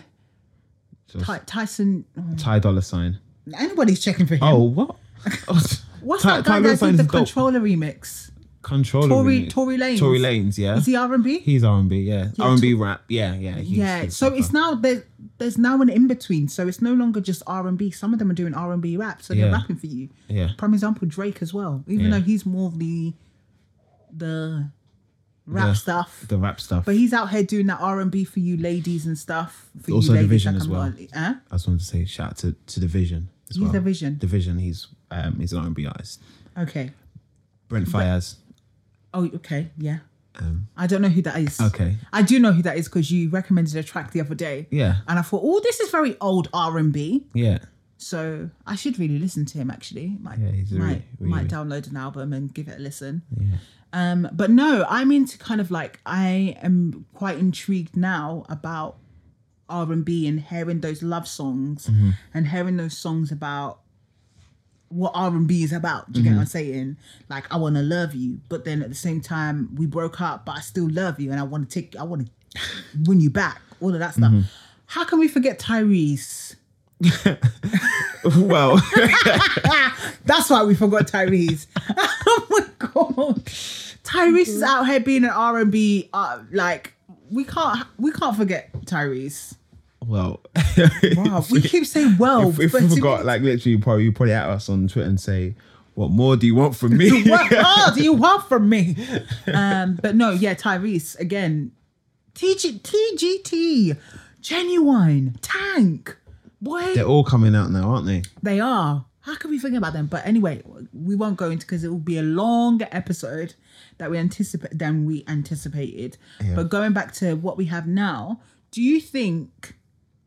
So it's Ty- Tyson. oh, Ty Dollar Sign. Anybody's checking for him. Oh what? What's Ty- that guy Ty Dolla that Sign did the is dope. controller remix? Controller. Tory remix. Tory Lanez. Tory Lanes, yeah. Is he R and B? He's R and B, yeah. R and B rap, yeah, yeah. he's- Yeah. he's So proper. it's now there, there's now an in between. So it's no longer just R and B. Some of them are doing R and B rap, so they're Yeah. rapping for you. yeah, prime example Drake as well. Even Yeah. though he's more of the the rap Yeah. stuff, the rap stuff. but he's out here doing that R and B for you ladies and stuff. For Also you ladies Division like as I'm well. not- Huh? I just wanted to say shout out to to Division as Who's well. Division? Division. He's um he's an R and B artist. Okay. Brent Fires. Oh, okay. Yeah. Um, I don't know who that is. okay. I do know who that is because you recommended a track the other day, Yeah. and I thought, oh, this is very old R and B, Yeah. so I should really listen to him. Actually, might Yeah, he's a might, really- might download an album and give it a listen. Yeah. Um, but no, I'm into kind of like I am quite intrigued now about R and B and hearing those love songs Mm-hmm. and hearing those songs about what R and B is about. Do you get Mm-hmm. what I'm saying? Like I want to love you, but then at the same time we broke up, but I still love you, and I want to take, I want to win you back. All of that stuff. Mm-hmm. How can we forget Tyrese? well, That's why we forgot Tyrese. oh my god, Tyrese is out here being an R and B. Uh, like we can't we can't forget Tyrese. well. Wow, we keep saying well, if, if but we to- forgot, like literally, you probably you probably at us on Twitter and say, "What more do you want from me?" what more do you want from me? Um, but no, yeah, Tyrese again. TG, TGT, genuine tank. Boy, They're all coming out now, aren't they? They are. How can we forget about them? But anyway, we won't go into because it will be a longer episode that we anticipate than we anticipated. But going back to what we have now, do you think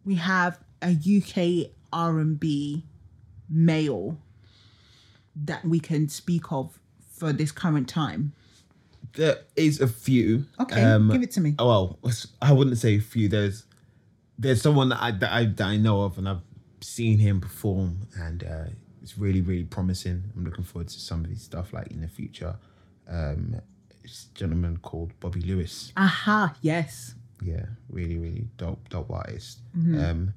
we have a UK R and B male that we can speak of for this current time? There is a few. Okay, give it to me. oh, Well, I wouldn't say a few. There's there's someone that I that I, that I know of, and I've seen him perform, and uh, it's really really promising. I'm looking forward to some of his stuff like in the future. Um, it's a gentleman called Bobby Lewis. Aha, yes. yeah, really, really dope, dope artist. Mm-hmm. Um,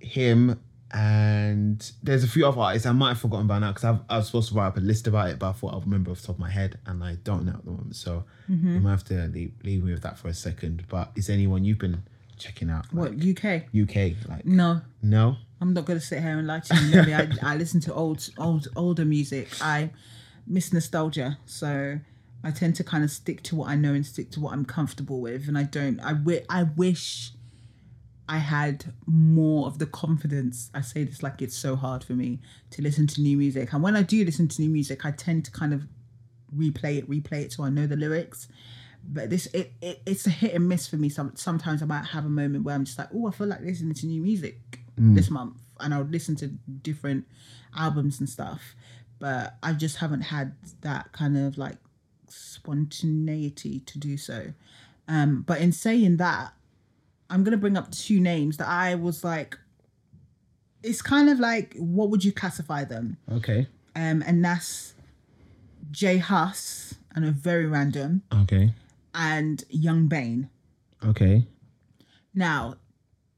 him and there's a few other artists I might have forgotten by now because I was supposed to write up a list about it, but I thought I'll remember off the top of my head, and I don't know at the moment. So Mm-hmm. you might have to leave, leave me with that for a second. But is there anyone you've been checking out? What Mm. Like, UK? UK? Like No, no? I'm not gonna sit here and lie to you. Normally, I, I listen to old, old, older music. I miss nostalgia, so I tend to kind of stick to what I know and stick to what I'm comfortable with. And I don't. I wi- I wish I had more of the confidence. I say this like it's so hard for me to listen to new music, and when I do listen to new music, I tend to kind of replay it, replay it, so I know the lyrics. But this, it, it it's a hit and miss for me. Some, sometimes I might have a moment where I'm just like, oh, I feel like listening to new music this month, and I'll listen to different albums and stuff. But I just haven't had that kind of like spontaneity to do so. Um, but in saying that, I'm gonna bring up two names that I was like, it's kind of like, what would you classify them? Okay, um, and that's Jay Huss and a very random okay, and Young Bane. okay. Now,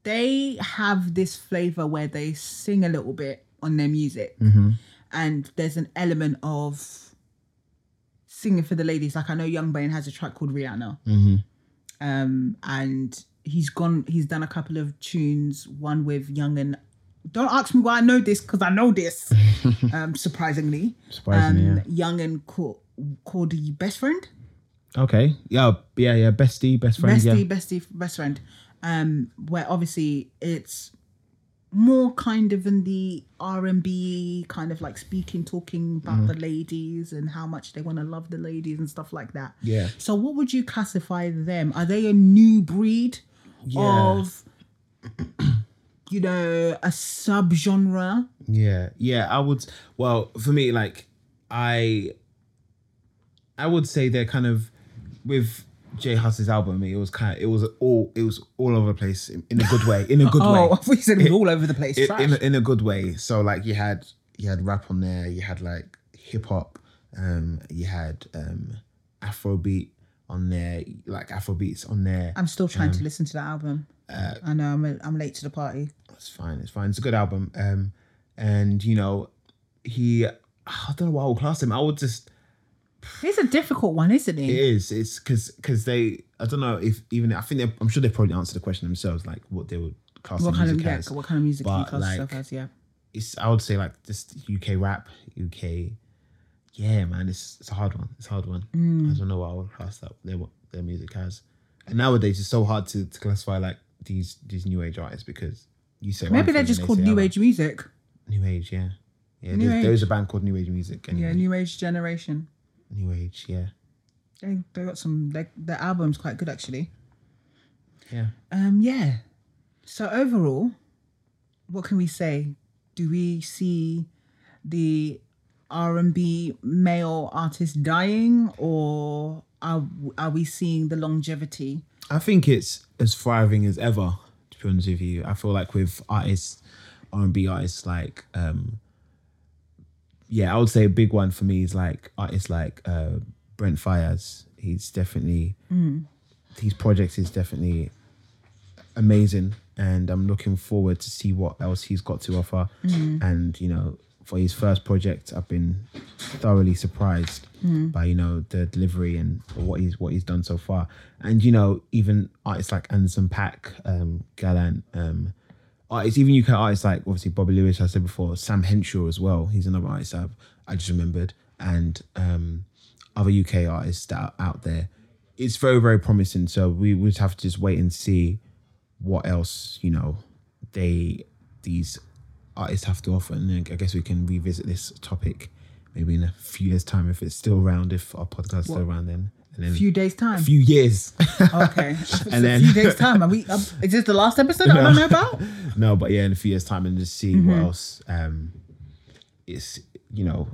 they have this flavor where they sing a little bit on their music, Mm-hmm. and there's an element of singing for the ladies. Like I know Young Bane has a track called Rihanna, um, and he's gone. He's done a couple of tunes. One with Young and don't ask me why I know this because I know this. um, surprisingly, Surprisingly, yeah. Um, Young and called called the best friend Okay, yeah, yeah, yeah. Bestie, best friend, bestie, yeah. bestie, best friend. Um, where obviously it's more kind of in the R and B kind of like speaking, talking about Mm-hmm. the ladies and how much they want to love the ladies and stuff like that. Yeah. So, what would you classify them? Are they a new breed Yeah. of, you know, a subgenre? Yeah, yeah, I would. Well, for me, like, I, I would say they're kind of with Jay Huss's album. It was kind. Of, it was all. It was all over the place in, in a good way. In a good Oh, I way. thought you said it was all over the place. In, Trash. in, a, in a good way. So like you had you had rap on there. You had like hip hop. Um, you had um, Afrobeat on there. Like Afrobeats on there. I'm still trying to listen to that album. Uh, I know I'm, a, I'm late to the party. it's fine. It's fine. It's a good album. Um, and you know, he. I don't know why I would class him. I would just. It's a difficult one, isn't it? It is. It's because because they. I don't know if even I think they. I'm sure they probably answered the question themselves, like what they would class what the kind of music yeah, as. what kind of music can you but, class yourself like, as? Yeah, It's. I would say like just UK rap, UK. Yeah, man, it's it's a hard one. It's a hard one. Mm. I don't know what I would class that their their music as. And nowadays, it's so hard to, to classify like these these new age artists because you say one maybe they're thing just and they called say "Oh." new other. age music. New age, yeah, yeah. New there's, age. Mm-hmm. there's a band called New Age Music. Anyway. Yeah, new age generation. new age, yeah. They they got some. They, their album's quite good actually. Yeah. Um, yeah. So overall, what can we say? Do we see the R and B male artist dying, or are are we seeing the longevity? I think it's as thriving as ever. To be honest with you, I feel like with artists, R and B artists like, um, yeah, I would say a big one for me is like artists like uh, Brent Fires. He's definitely his project is definitely amazing, and I'm looking forward to see what else he's got to offer. And you know, for his first project, I've been thoroughly surprised by you know the delivery and what he's what he's done so far. And you know, even artists like Anderson Pack, um, Gallant, um, artists, even UK artists like obviously Bobby Lewis, I said before, Sam Henshaw as well. He's another artist I've, I just remembered, and um, other UK artists that are out there. It's very very promising. So we would have to just wait and see what else you know they these artists have to offer. And then I guess we can revisit this topic maybe in a few years' time if it's still around. If our podcast is still around then, and then A few days time. a few years. okay. It's And then- a few days time. Are we? Um, is this the last episode? I don't know about. no, but yeah, in a few years' time, and just see what else. Um, it's you know,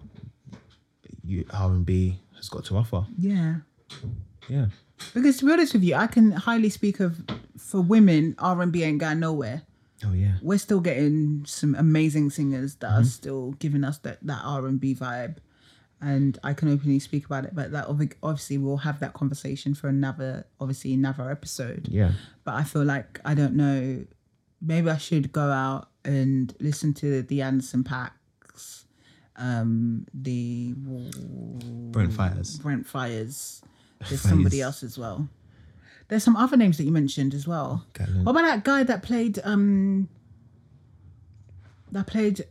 R and B has got to offer. Yeah. Yeah, Because to be honest with you, I can highly speak of for women R and B ain't going nowhere. oh yeah, We're still getting some amazing singers that Mm-hmm. are still giving us that that R and B vibe, and I can openly speak about it. But that obvi- obviously we'll have that conversation for another obviously another episode. yeah, But I feel like I don't know. Maybe I should go out and listen to the Anderson Packs, um, the Brent Fires. Brent Fires. There's Fires. somebody else as well. There's some other names that you mentioned as well. Gatlin. What about that guy that played um that played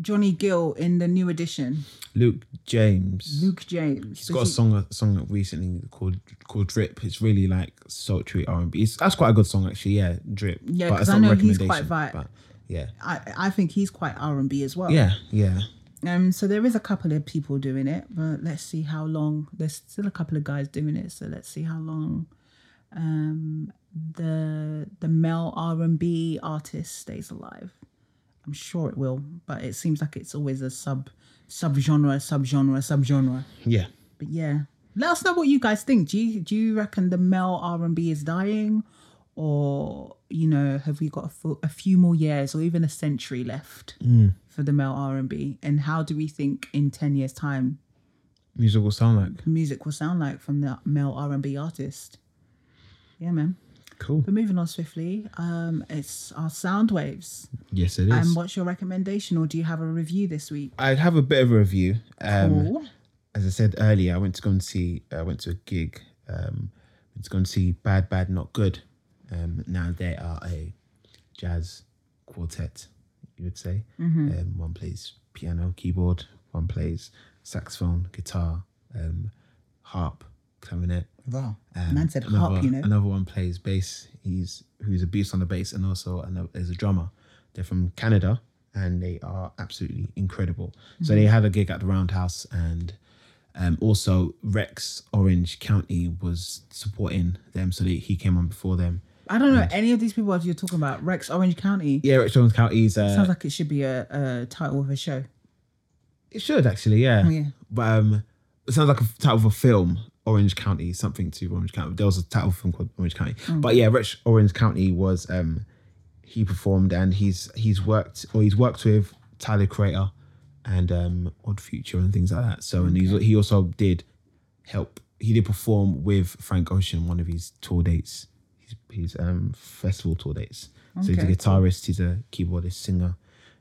Johnny Gill in the new edition? Luke James. Luke James. He's got a song, a song recently called called Drip. It's really like sultry R and B. That's quite a good song actually. Yeah, Drip. Yeah, But 'cause it's not I a know he's quite recommendation, vi- but yeah, I, I think he's quite R and B as well. yeah, yeah. Um so there is a couple of people doing it, but let's see how long there's still a couple of guys doing it, so let's see how long um the the male R and B artist stays alive. I'm sure it will, but it seems like it's always a sub sub genre, sub genre, sub genre. yeah. But yeah, let us know what you guys think. Do you do you reckon the male R and B is dying, or you know, have we got a fu- a few more years or even a century left Mm. for the male R and B? And how do we think in ten years' time Musical sound like music will sound like from the male R and B artist? Yeah, man. cool. But moving on swiftly, um, it's our sound waves. Yes, it is. And what's your recommendation, or do you have a review this week? I'd have a bit of a review. Um, Or as I said earlier, I went to go and see. I went to a gig. Um, went to go and see Bad Bad Not Good. Um, now they are a jazz quartet, you would say. Um, one plays piano, keyboard. One plays saxophone, guitar, um, harp, clarinet. wow, Um, man said another, harp, you know. Another one plays bass. He's who's a beast on the bass, and also another is a drummer. They're from Canada, and they are absolutely incredible. So Mm-hmm. they had a gig at the Roundhouse, and um, also Rex Orange County was supporting them, so they, he came on before them. I don't know any of these people you're talking about. Rex Orange County. Yeah, Rex Orange County's. Uh, Sounds like it should be a, a title of a show. It should actually, yeah. yeah. But um, it sounds like a title of a film, Orange County, something to Orange County. There was a title film called Orange County. But yeah, Rich Orange County was um, he performed and he's he's worked or he's worked with Tyler Creator and um, Odd Future and things like that. So and he's, he also did help. He did perform with Frank Ocean one of his tour dates, his, his um festival tour dates. So he's a Okay. guitarist, he's a keyboardist, singer.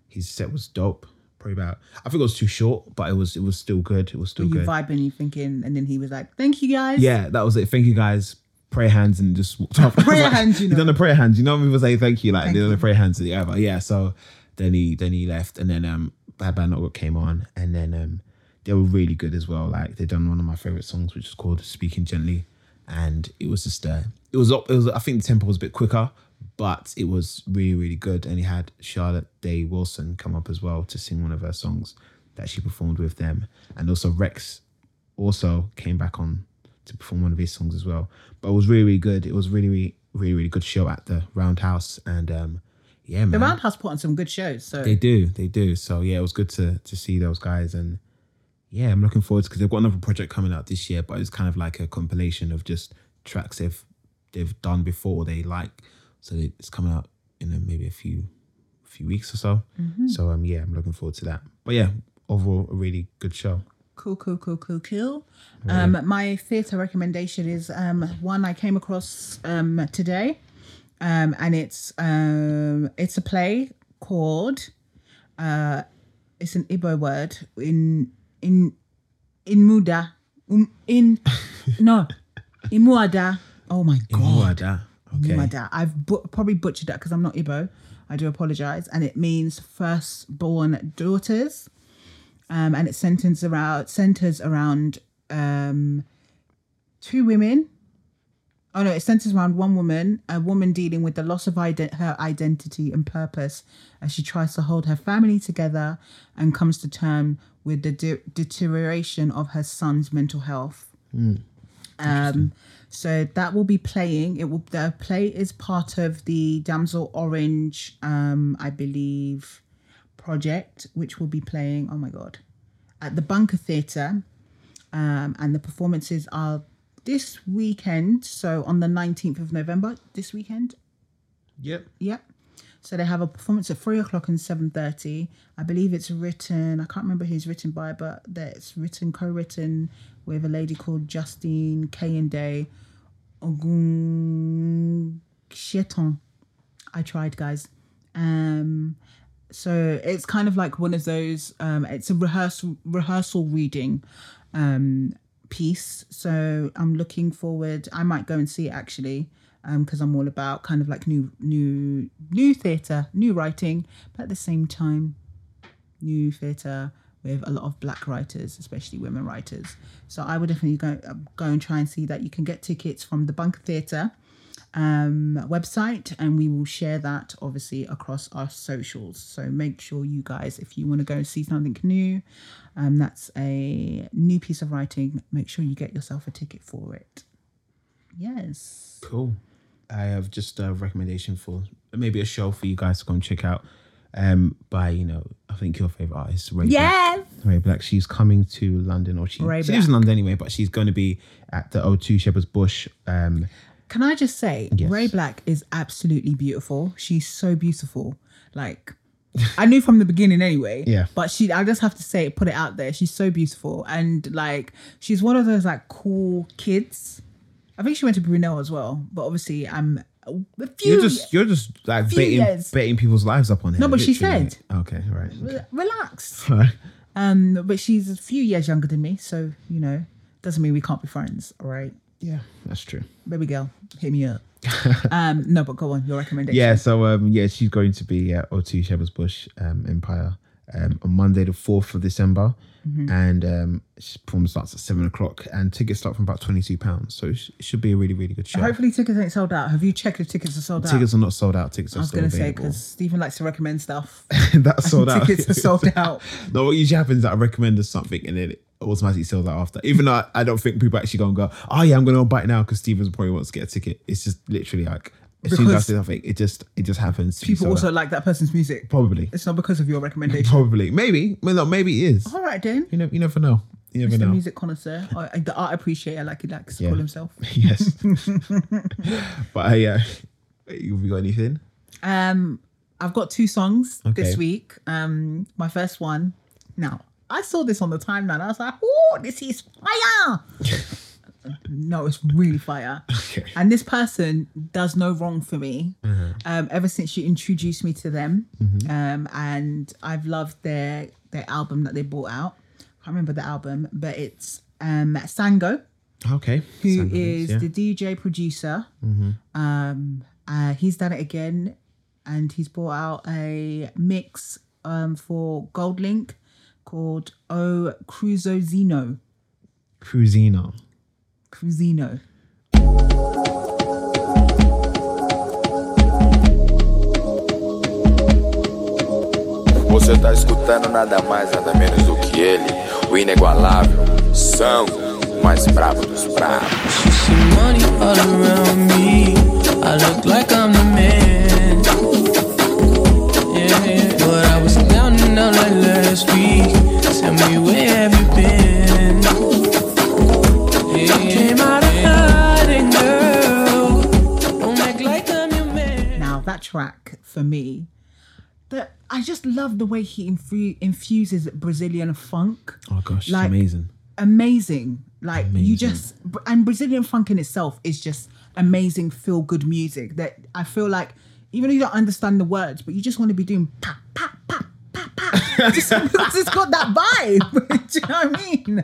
His set was dope. Probably about I think it was too short, but it was it was still good. It was still You good. vibing, you thinking, and then he was like, "Thank you guys." Yeah, that was it. Thank you guys. Prayer hands and just walked off. Prayer Like, hands, you He know. done the prayer hands. You know when people say thank you, like they done the prayer hands. Yeah, but yeah. So then he then he left, and then um Bad Bad Not Good came on, and then um they were really good as well. Like they done one of my favorite songs, which is called Speaking Gently, and it was just uh it was up. It was I think the tempo was a bit quicker, but it was really really good. And he had Charlotte Day Wilson come up as well to sing one of her songs that she performed with them, and also Rex also came back on to to perform one of his songs as well. But it was really, really good. It was really, really, really, really good show at the Roundhouse, and um, yeah, man, The Roundhouse put on some good shows, so they do, they do. So yeah, it was good to to see those guys, and yeah, I'm looking forward to because they've got another project coming out this year, but it's kind of like a compilation of just tracks they've they've done before they like. So they- it's coming out in uh, maybe a few few weeks or so. So um, yeah, I'm looking forward to that. But yeah, overall, a really good show. cool, cool, cool, cool, cool. Um, my theatre recommendation is um, one I came across um, today, um, and it's um, it's a play called. Uh, it's an Igbo word in in in muda um, in no imuada. Oh my god. Muada. Okay. Muada. I've bu- probably butchered that because I'm not Igbo. I do apologize. And it means firstborn daughters. Um, and it centers around centers around um, two women. Oh no, it centers around one woman, a woman dealing with the loss of ide- her identity and purpose as she tries to hold her family together and comes to term with the de- deterioration of her son's mental health. Um, so that will be playing. It will the play is part of the Damsel Orange, um, I believe, project, which will be playing. Oh my god, at the Bunker Theatre, um, and the performances are this weekend. So on the nineteenth of November, this weekend, Yep. Yep. So they have a performance at three o'clock and seven thirty. I believe it's written. I can't remember who's written by, but that it's written co-written with a lady called Justine K and Day Ogunsheton. I tried, guys. Um, so it's kind of like one of those. Um, it's a rehearsal rehearsal reading um, piece. So I'm looking forward. I might go and see it actually because I'm all about kind of like new new new theatre, new writing, but at the same time, new theatre with a lot of black writers, especially women writers. So I would definitely go um, go and try and see that. You can get tickets from the Bunker Theatre um, website, and we will share that obviously across our socials. So make sure you guys, if you want to go and see something new, um, that's a new piece of writing. Make sure you get yourself a ticket for it. Yes. Cool. I have just a recommendation for maybe a show for you guys to go and check out. Um, by you know, I think your favorite artist, Ray Black. Yes. Ray Black. She's coming to London, or she, Ray she lives in London anyway, but she's going to be at the O2 Shepherd's Bush. Um, Can I just say, Ray Black is absolutely beautiful. She's so beautiful. Like, I knew from the beginning anyway. Yeah. But she, I just have to say, put it out there. She's so beautiful. And like, she's one of those like cool kids. I think she went to Brunel as well. But obviously, I'm a few. you're just you're just like few betting, years. betting people's lives up on her. No, but she literally. said. Okay, right. okay. relax. Alright. Um, but she's a few years younger than me. So, you know, doesn't mean we can't be friends. All right. Yeah, that's true. Baby girl, hit me up. um, no, but go on, your recommendation. Yeah, so um, yeah, she's going to be at O2 Shepherd's Bush um, Empire um, on Monday, the 4th of December. Mm-hmm. And um, she perform starts at 7 o'clock, and tickets start from about £22. So it sh- it should be a really, really good show. Hopefully tickets ain't sold out. Have you checked if tickets are sold out? tickets are not sold out, tickets are I was still gonna say available. because Stephen likes to recommend stuff. That's sold out. tickets are sold out. No, what usually happens is I recommend something and then it automatically sells out after. Even though I, I don't think people actually go and go, oh yeah, I'm going to buy it now because Stevens probably wants to get a ticket. It's just literally like, as soon as I Because say something, it just it just happens. to be People sold also out. like that person's music. probably It's not because of your recommendation. probably maybe well no maybe it is. All right, then. You know you never know. You never The know. music connoisseur, or, uh, the art appreciator, like he likes to Yeah. call himself. yes. but uh, yeah, you have you got anything? Um, I've got two songs Okay. this week. Um, my first one. Now, I saw this on the timeline. I was like, "Oh, this is fire!" no, it's really fire. Okay. And this person does no wrong for me. Um, ever since you introduced me to them, um, and I've loved their their album that they brought out. I can't remember the album, but it's um, Sango. Okay. Who Sound is good, yeah. the DJ producer. Um, uh, he's done it again, and he's brought out a mix um, for Gold Link called O Cruzozino. Cruzino? Cruzino. Você tá escutando nada mais, nada menos do que ele, o inigualável, Sango. mais brabo dos bravos. You see money all around me. I look like I'm the man. Yeah, but I was down and out like last week. Tell me where have you been? Yeah, came out of hiding, girl. Don't act like I'm your man. Now that track for me, that I just love the way he infu- infuses Brazilian funk. Oh gosh, Like- it's amazing. amazing. Like you Amazing. just and Brazilian funk in itself is just amazing feel good music that I feel like even though you don't understand the words, but you just want to be doing pa pa pa pa pa. just because it's got that vibe. Do you know what I mean?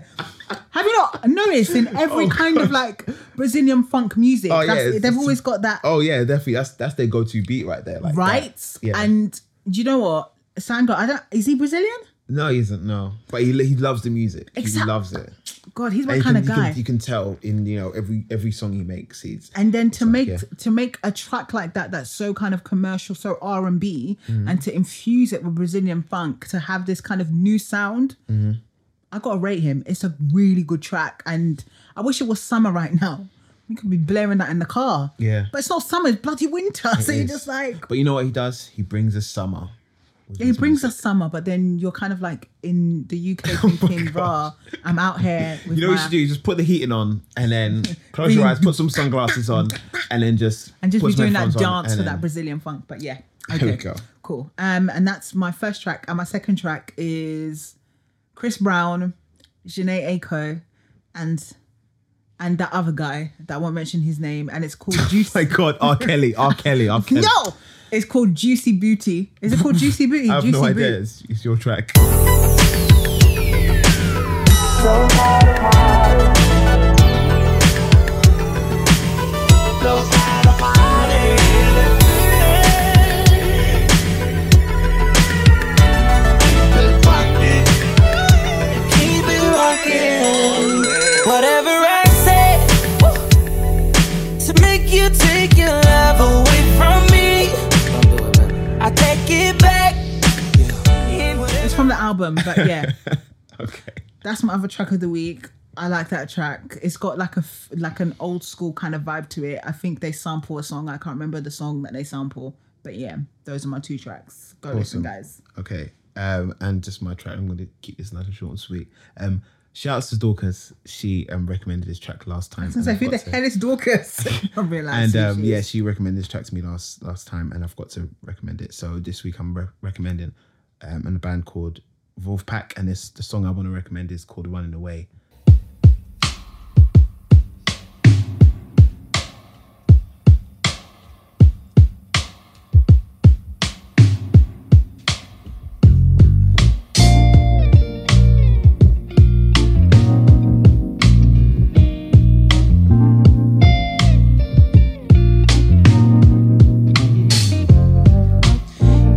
Have you not noticed in every Oh, kind of God. like Brazilian funk music, Oh, that's, yeah, it's- they've always got that Oh yeah, definitely. That's that's their go-to beat right there. Like that. right. Yeah. And do you know what? Sandra, I don't is he Brazilian? no, he isn't. No, but he he loves the music. Exact- He loves it. God, he's my And you kind can, of guy. You can, you can tell in you know every every song he makes. He's and then to make yeah. to make a track like that that's so kind of commercial so r&b Mm-hmm. and to infuse it with brazilian funk to have this kind of new sound Mm-hmm. i gotta rate him it's a really good track and i wish it was summer right now we could be blaring that in the car Yeah. but it's not summer it's bloody winter so you're is. just like But you know what he does? He brings us summer. yeah, he brings us summer, but then you're kind of like in the UK thinking, "Rah, I'm out here." With Oh You know what my- you should do? You just put the heating on and then close your eyes, put some sunglasses on, and then just and just put be some doing that headphones on and dance for then- that Brazilian funk. But yeah, okay, There we go. cool. Um, and that's my first track. And my second track is Chris Brown, Janae Aiko, and and that other guy that I won't mention his name. And it's called Oh My Juicy. God, R. Kelly, R. Kelly, R. Kelly. no, it's called Juicy Booty. Is it called Juicy Booty? I have Juicy no idea. Booty. It's, it's your track. Keep it rockin'. Whatever I say woo, to make you take your love away from me, I take it back. Yeah, whatever. It's from the album, but yeah. Okay. that's my other track of the week. I like that track. It's got like a f- like an old school kind of vibe to it. I think they sample a song. I can't remember the song that they sample, but yeah, those are my two tracks. Go listen, Awesome. guys. Okay. Um, and just my track, I'm going to keep this nice and short and sweet. Um, Shouts to Dorcas. She um, recommended this track last time. So and I've who the got to- hell is Dorcas? I realized. and who um, she yeah, is. she recommended this track to me last last time, and I've got to recommend it. So this week I'm re- recommending um, a band called Wolfpack, and this the song I want to recommend is called "Running Away."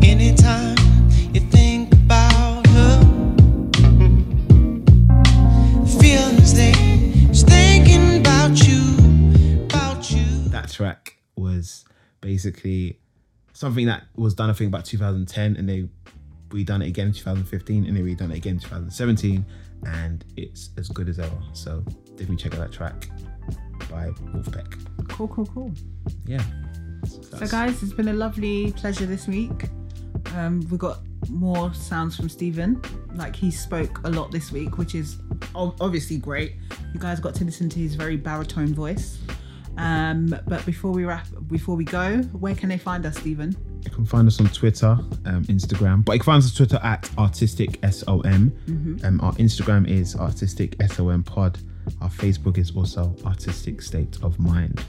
Anytime you think about her, feelings they she's thinking about you, about you. That track was basically something that was done I think about 2010, and they redone it again in 2015, and they redone it again in 2017, and it's as good as ever. So definitely check out that track by Wolfpack. cool, cool, cool. Yeah. So, that's- guys, it's been a lovely pleasure this week. Um, we got more sounds from Stephen. Like he spoke a lot this week, which is ob- obviously great. You guys got to listen to his very baritone voice. Um, but before we wrap, before we go, where can they find us, Stephen? You can find us on Twitter, um, Instagram, but you can find us on Twitter at artistic som. Mm-hmm. Um, our Instagram is artistic som pod. Our Facebook is also artistic state of mind.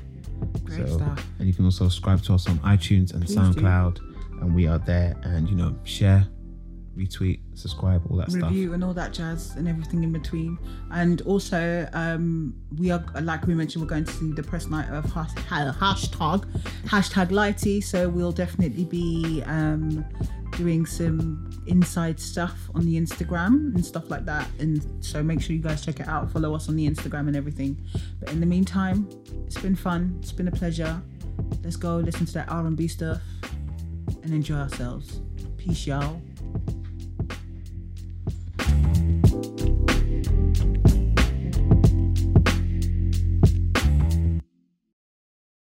Great stuff. and you can also subscribe to us on iTunes and SoundCloud, and we are there. And you know, share, retweet, subscribe, all that review stuff. and all that jazz and everything in between. And also, um, we are like we mentioned, we're going to see the press night of has- ha- hashtag hashtag lighty. So we'll definitely be um, doing some inside stuff on the Instagram and stuff like that. And so make sure you guys check it out. Follow us on the Instagram and everything. But in the meantime, it's been fun. It's been a pleasure. Let's go listen to that R and B stuff and enjoy ourselves. Peace, y'all.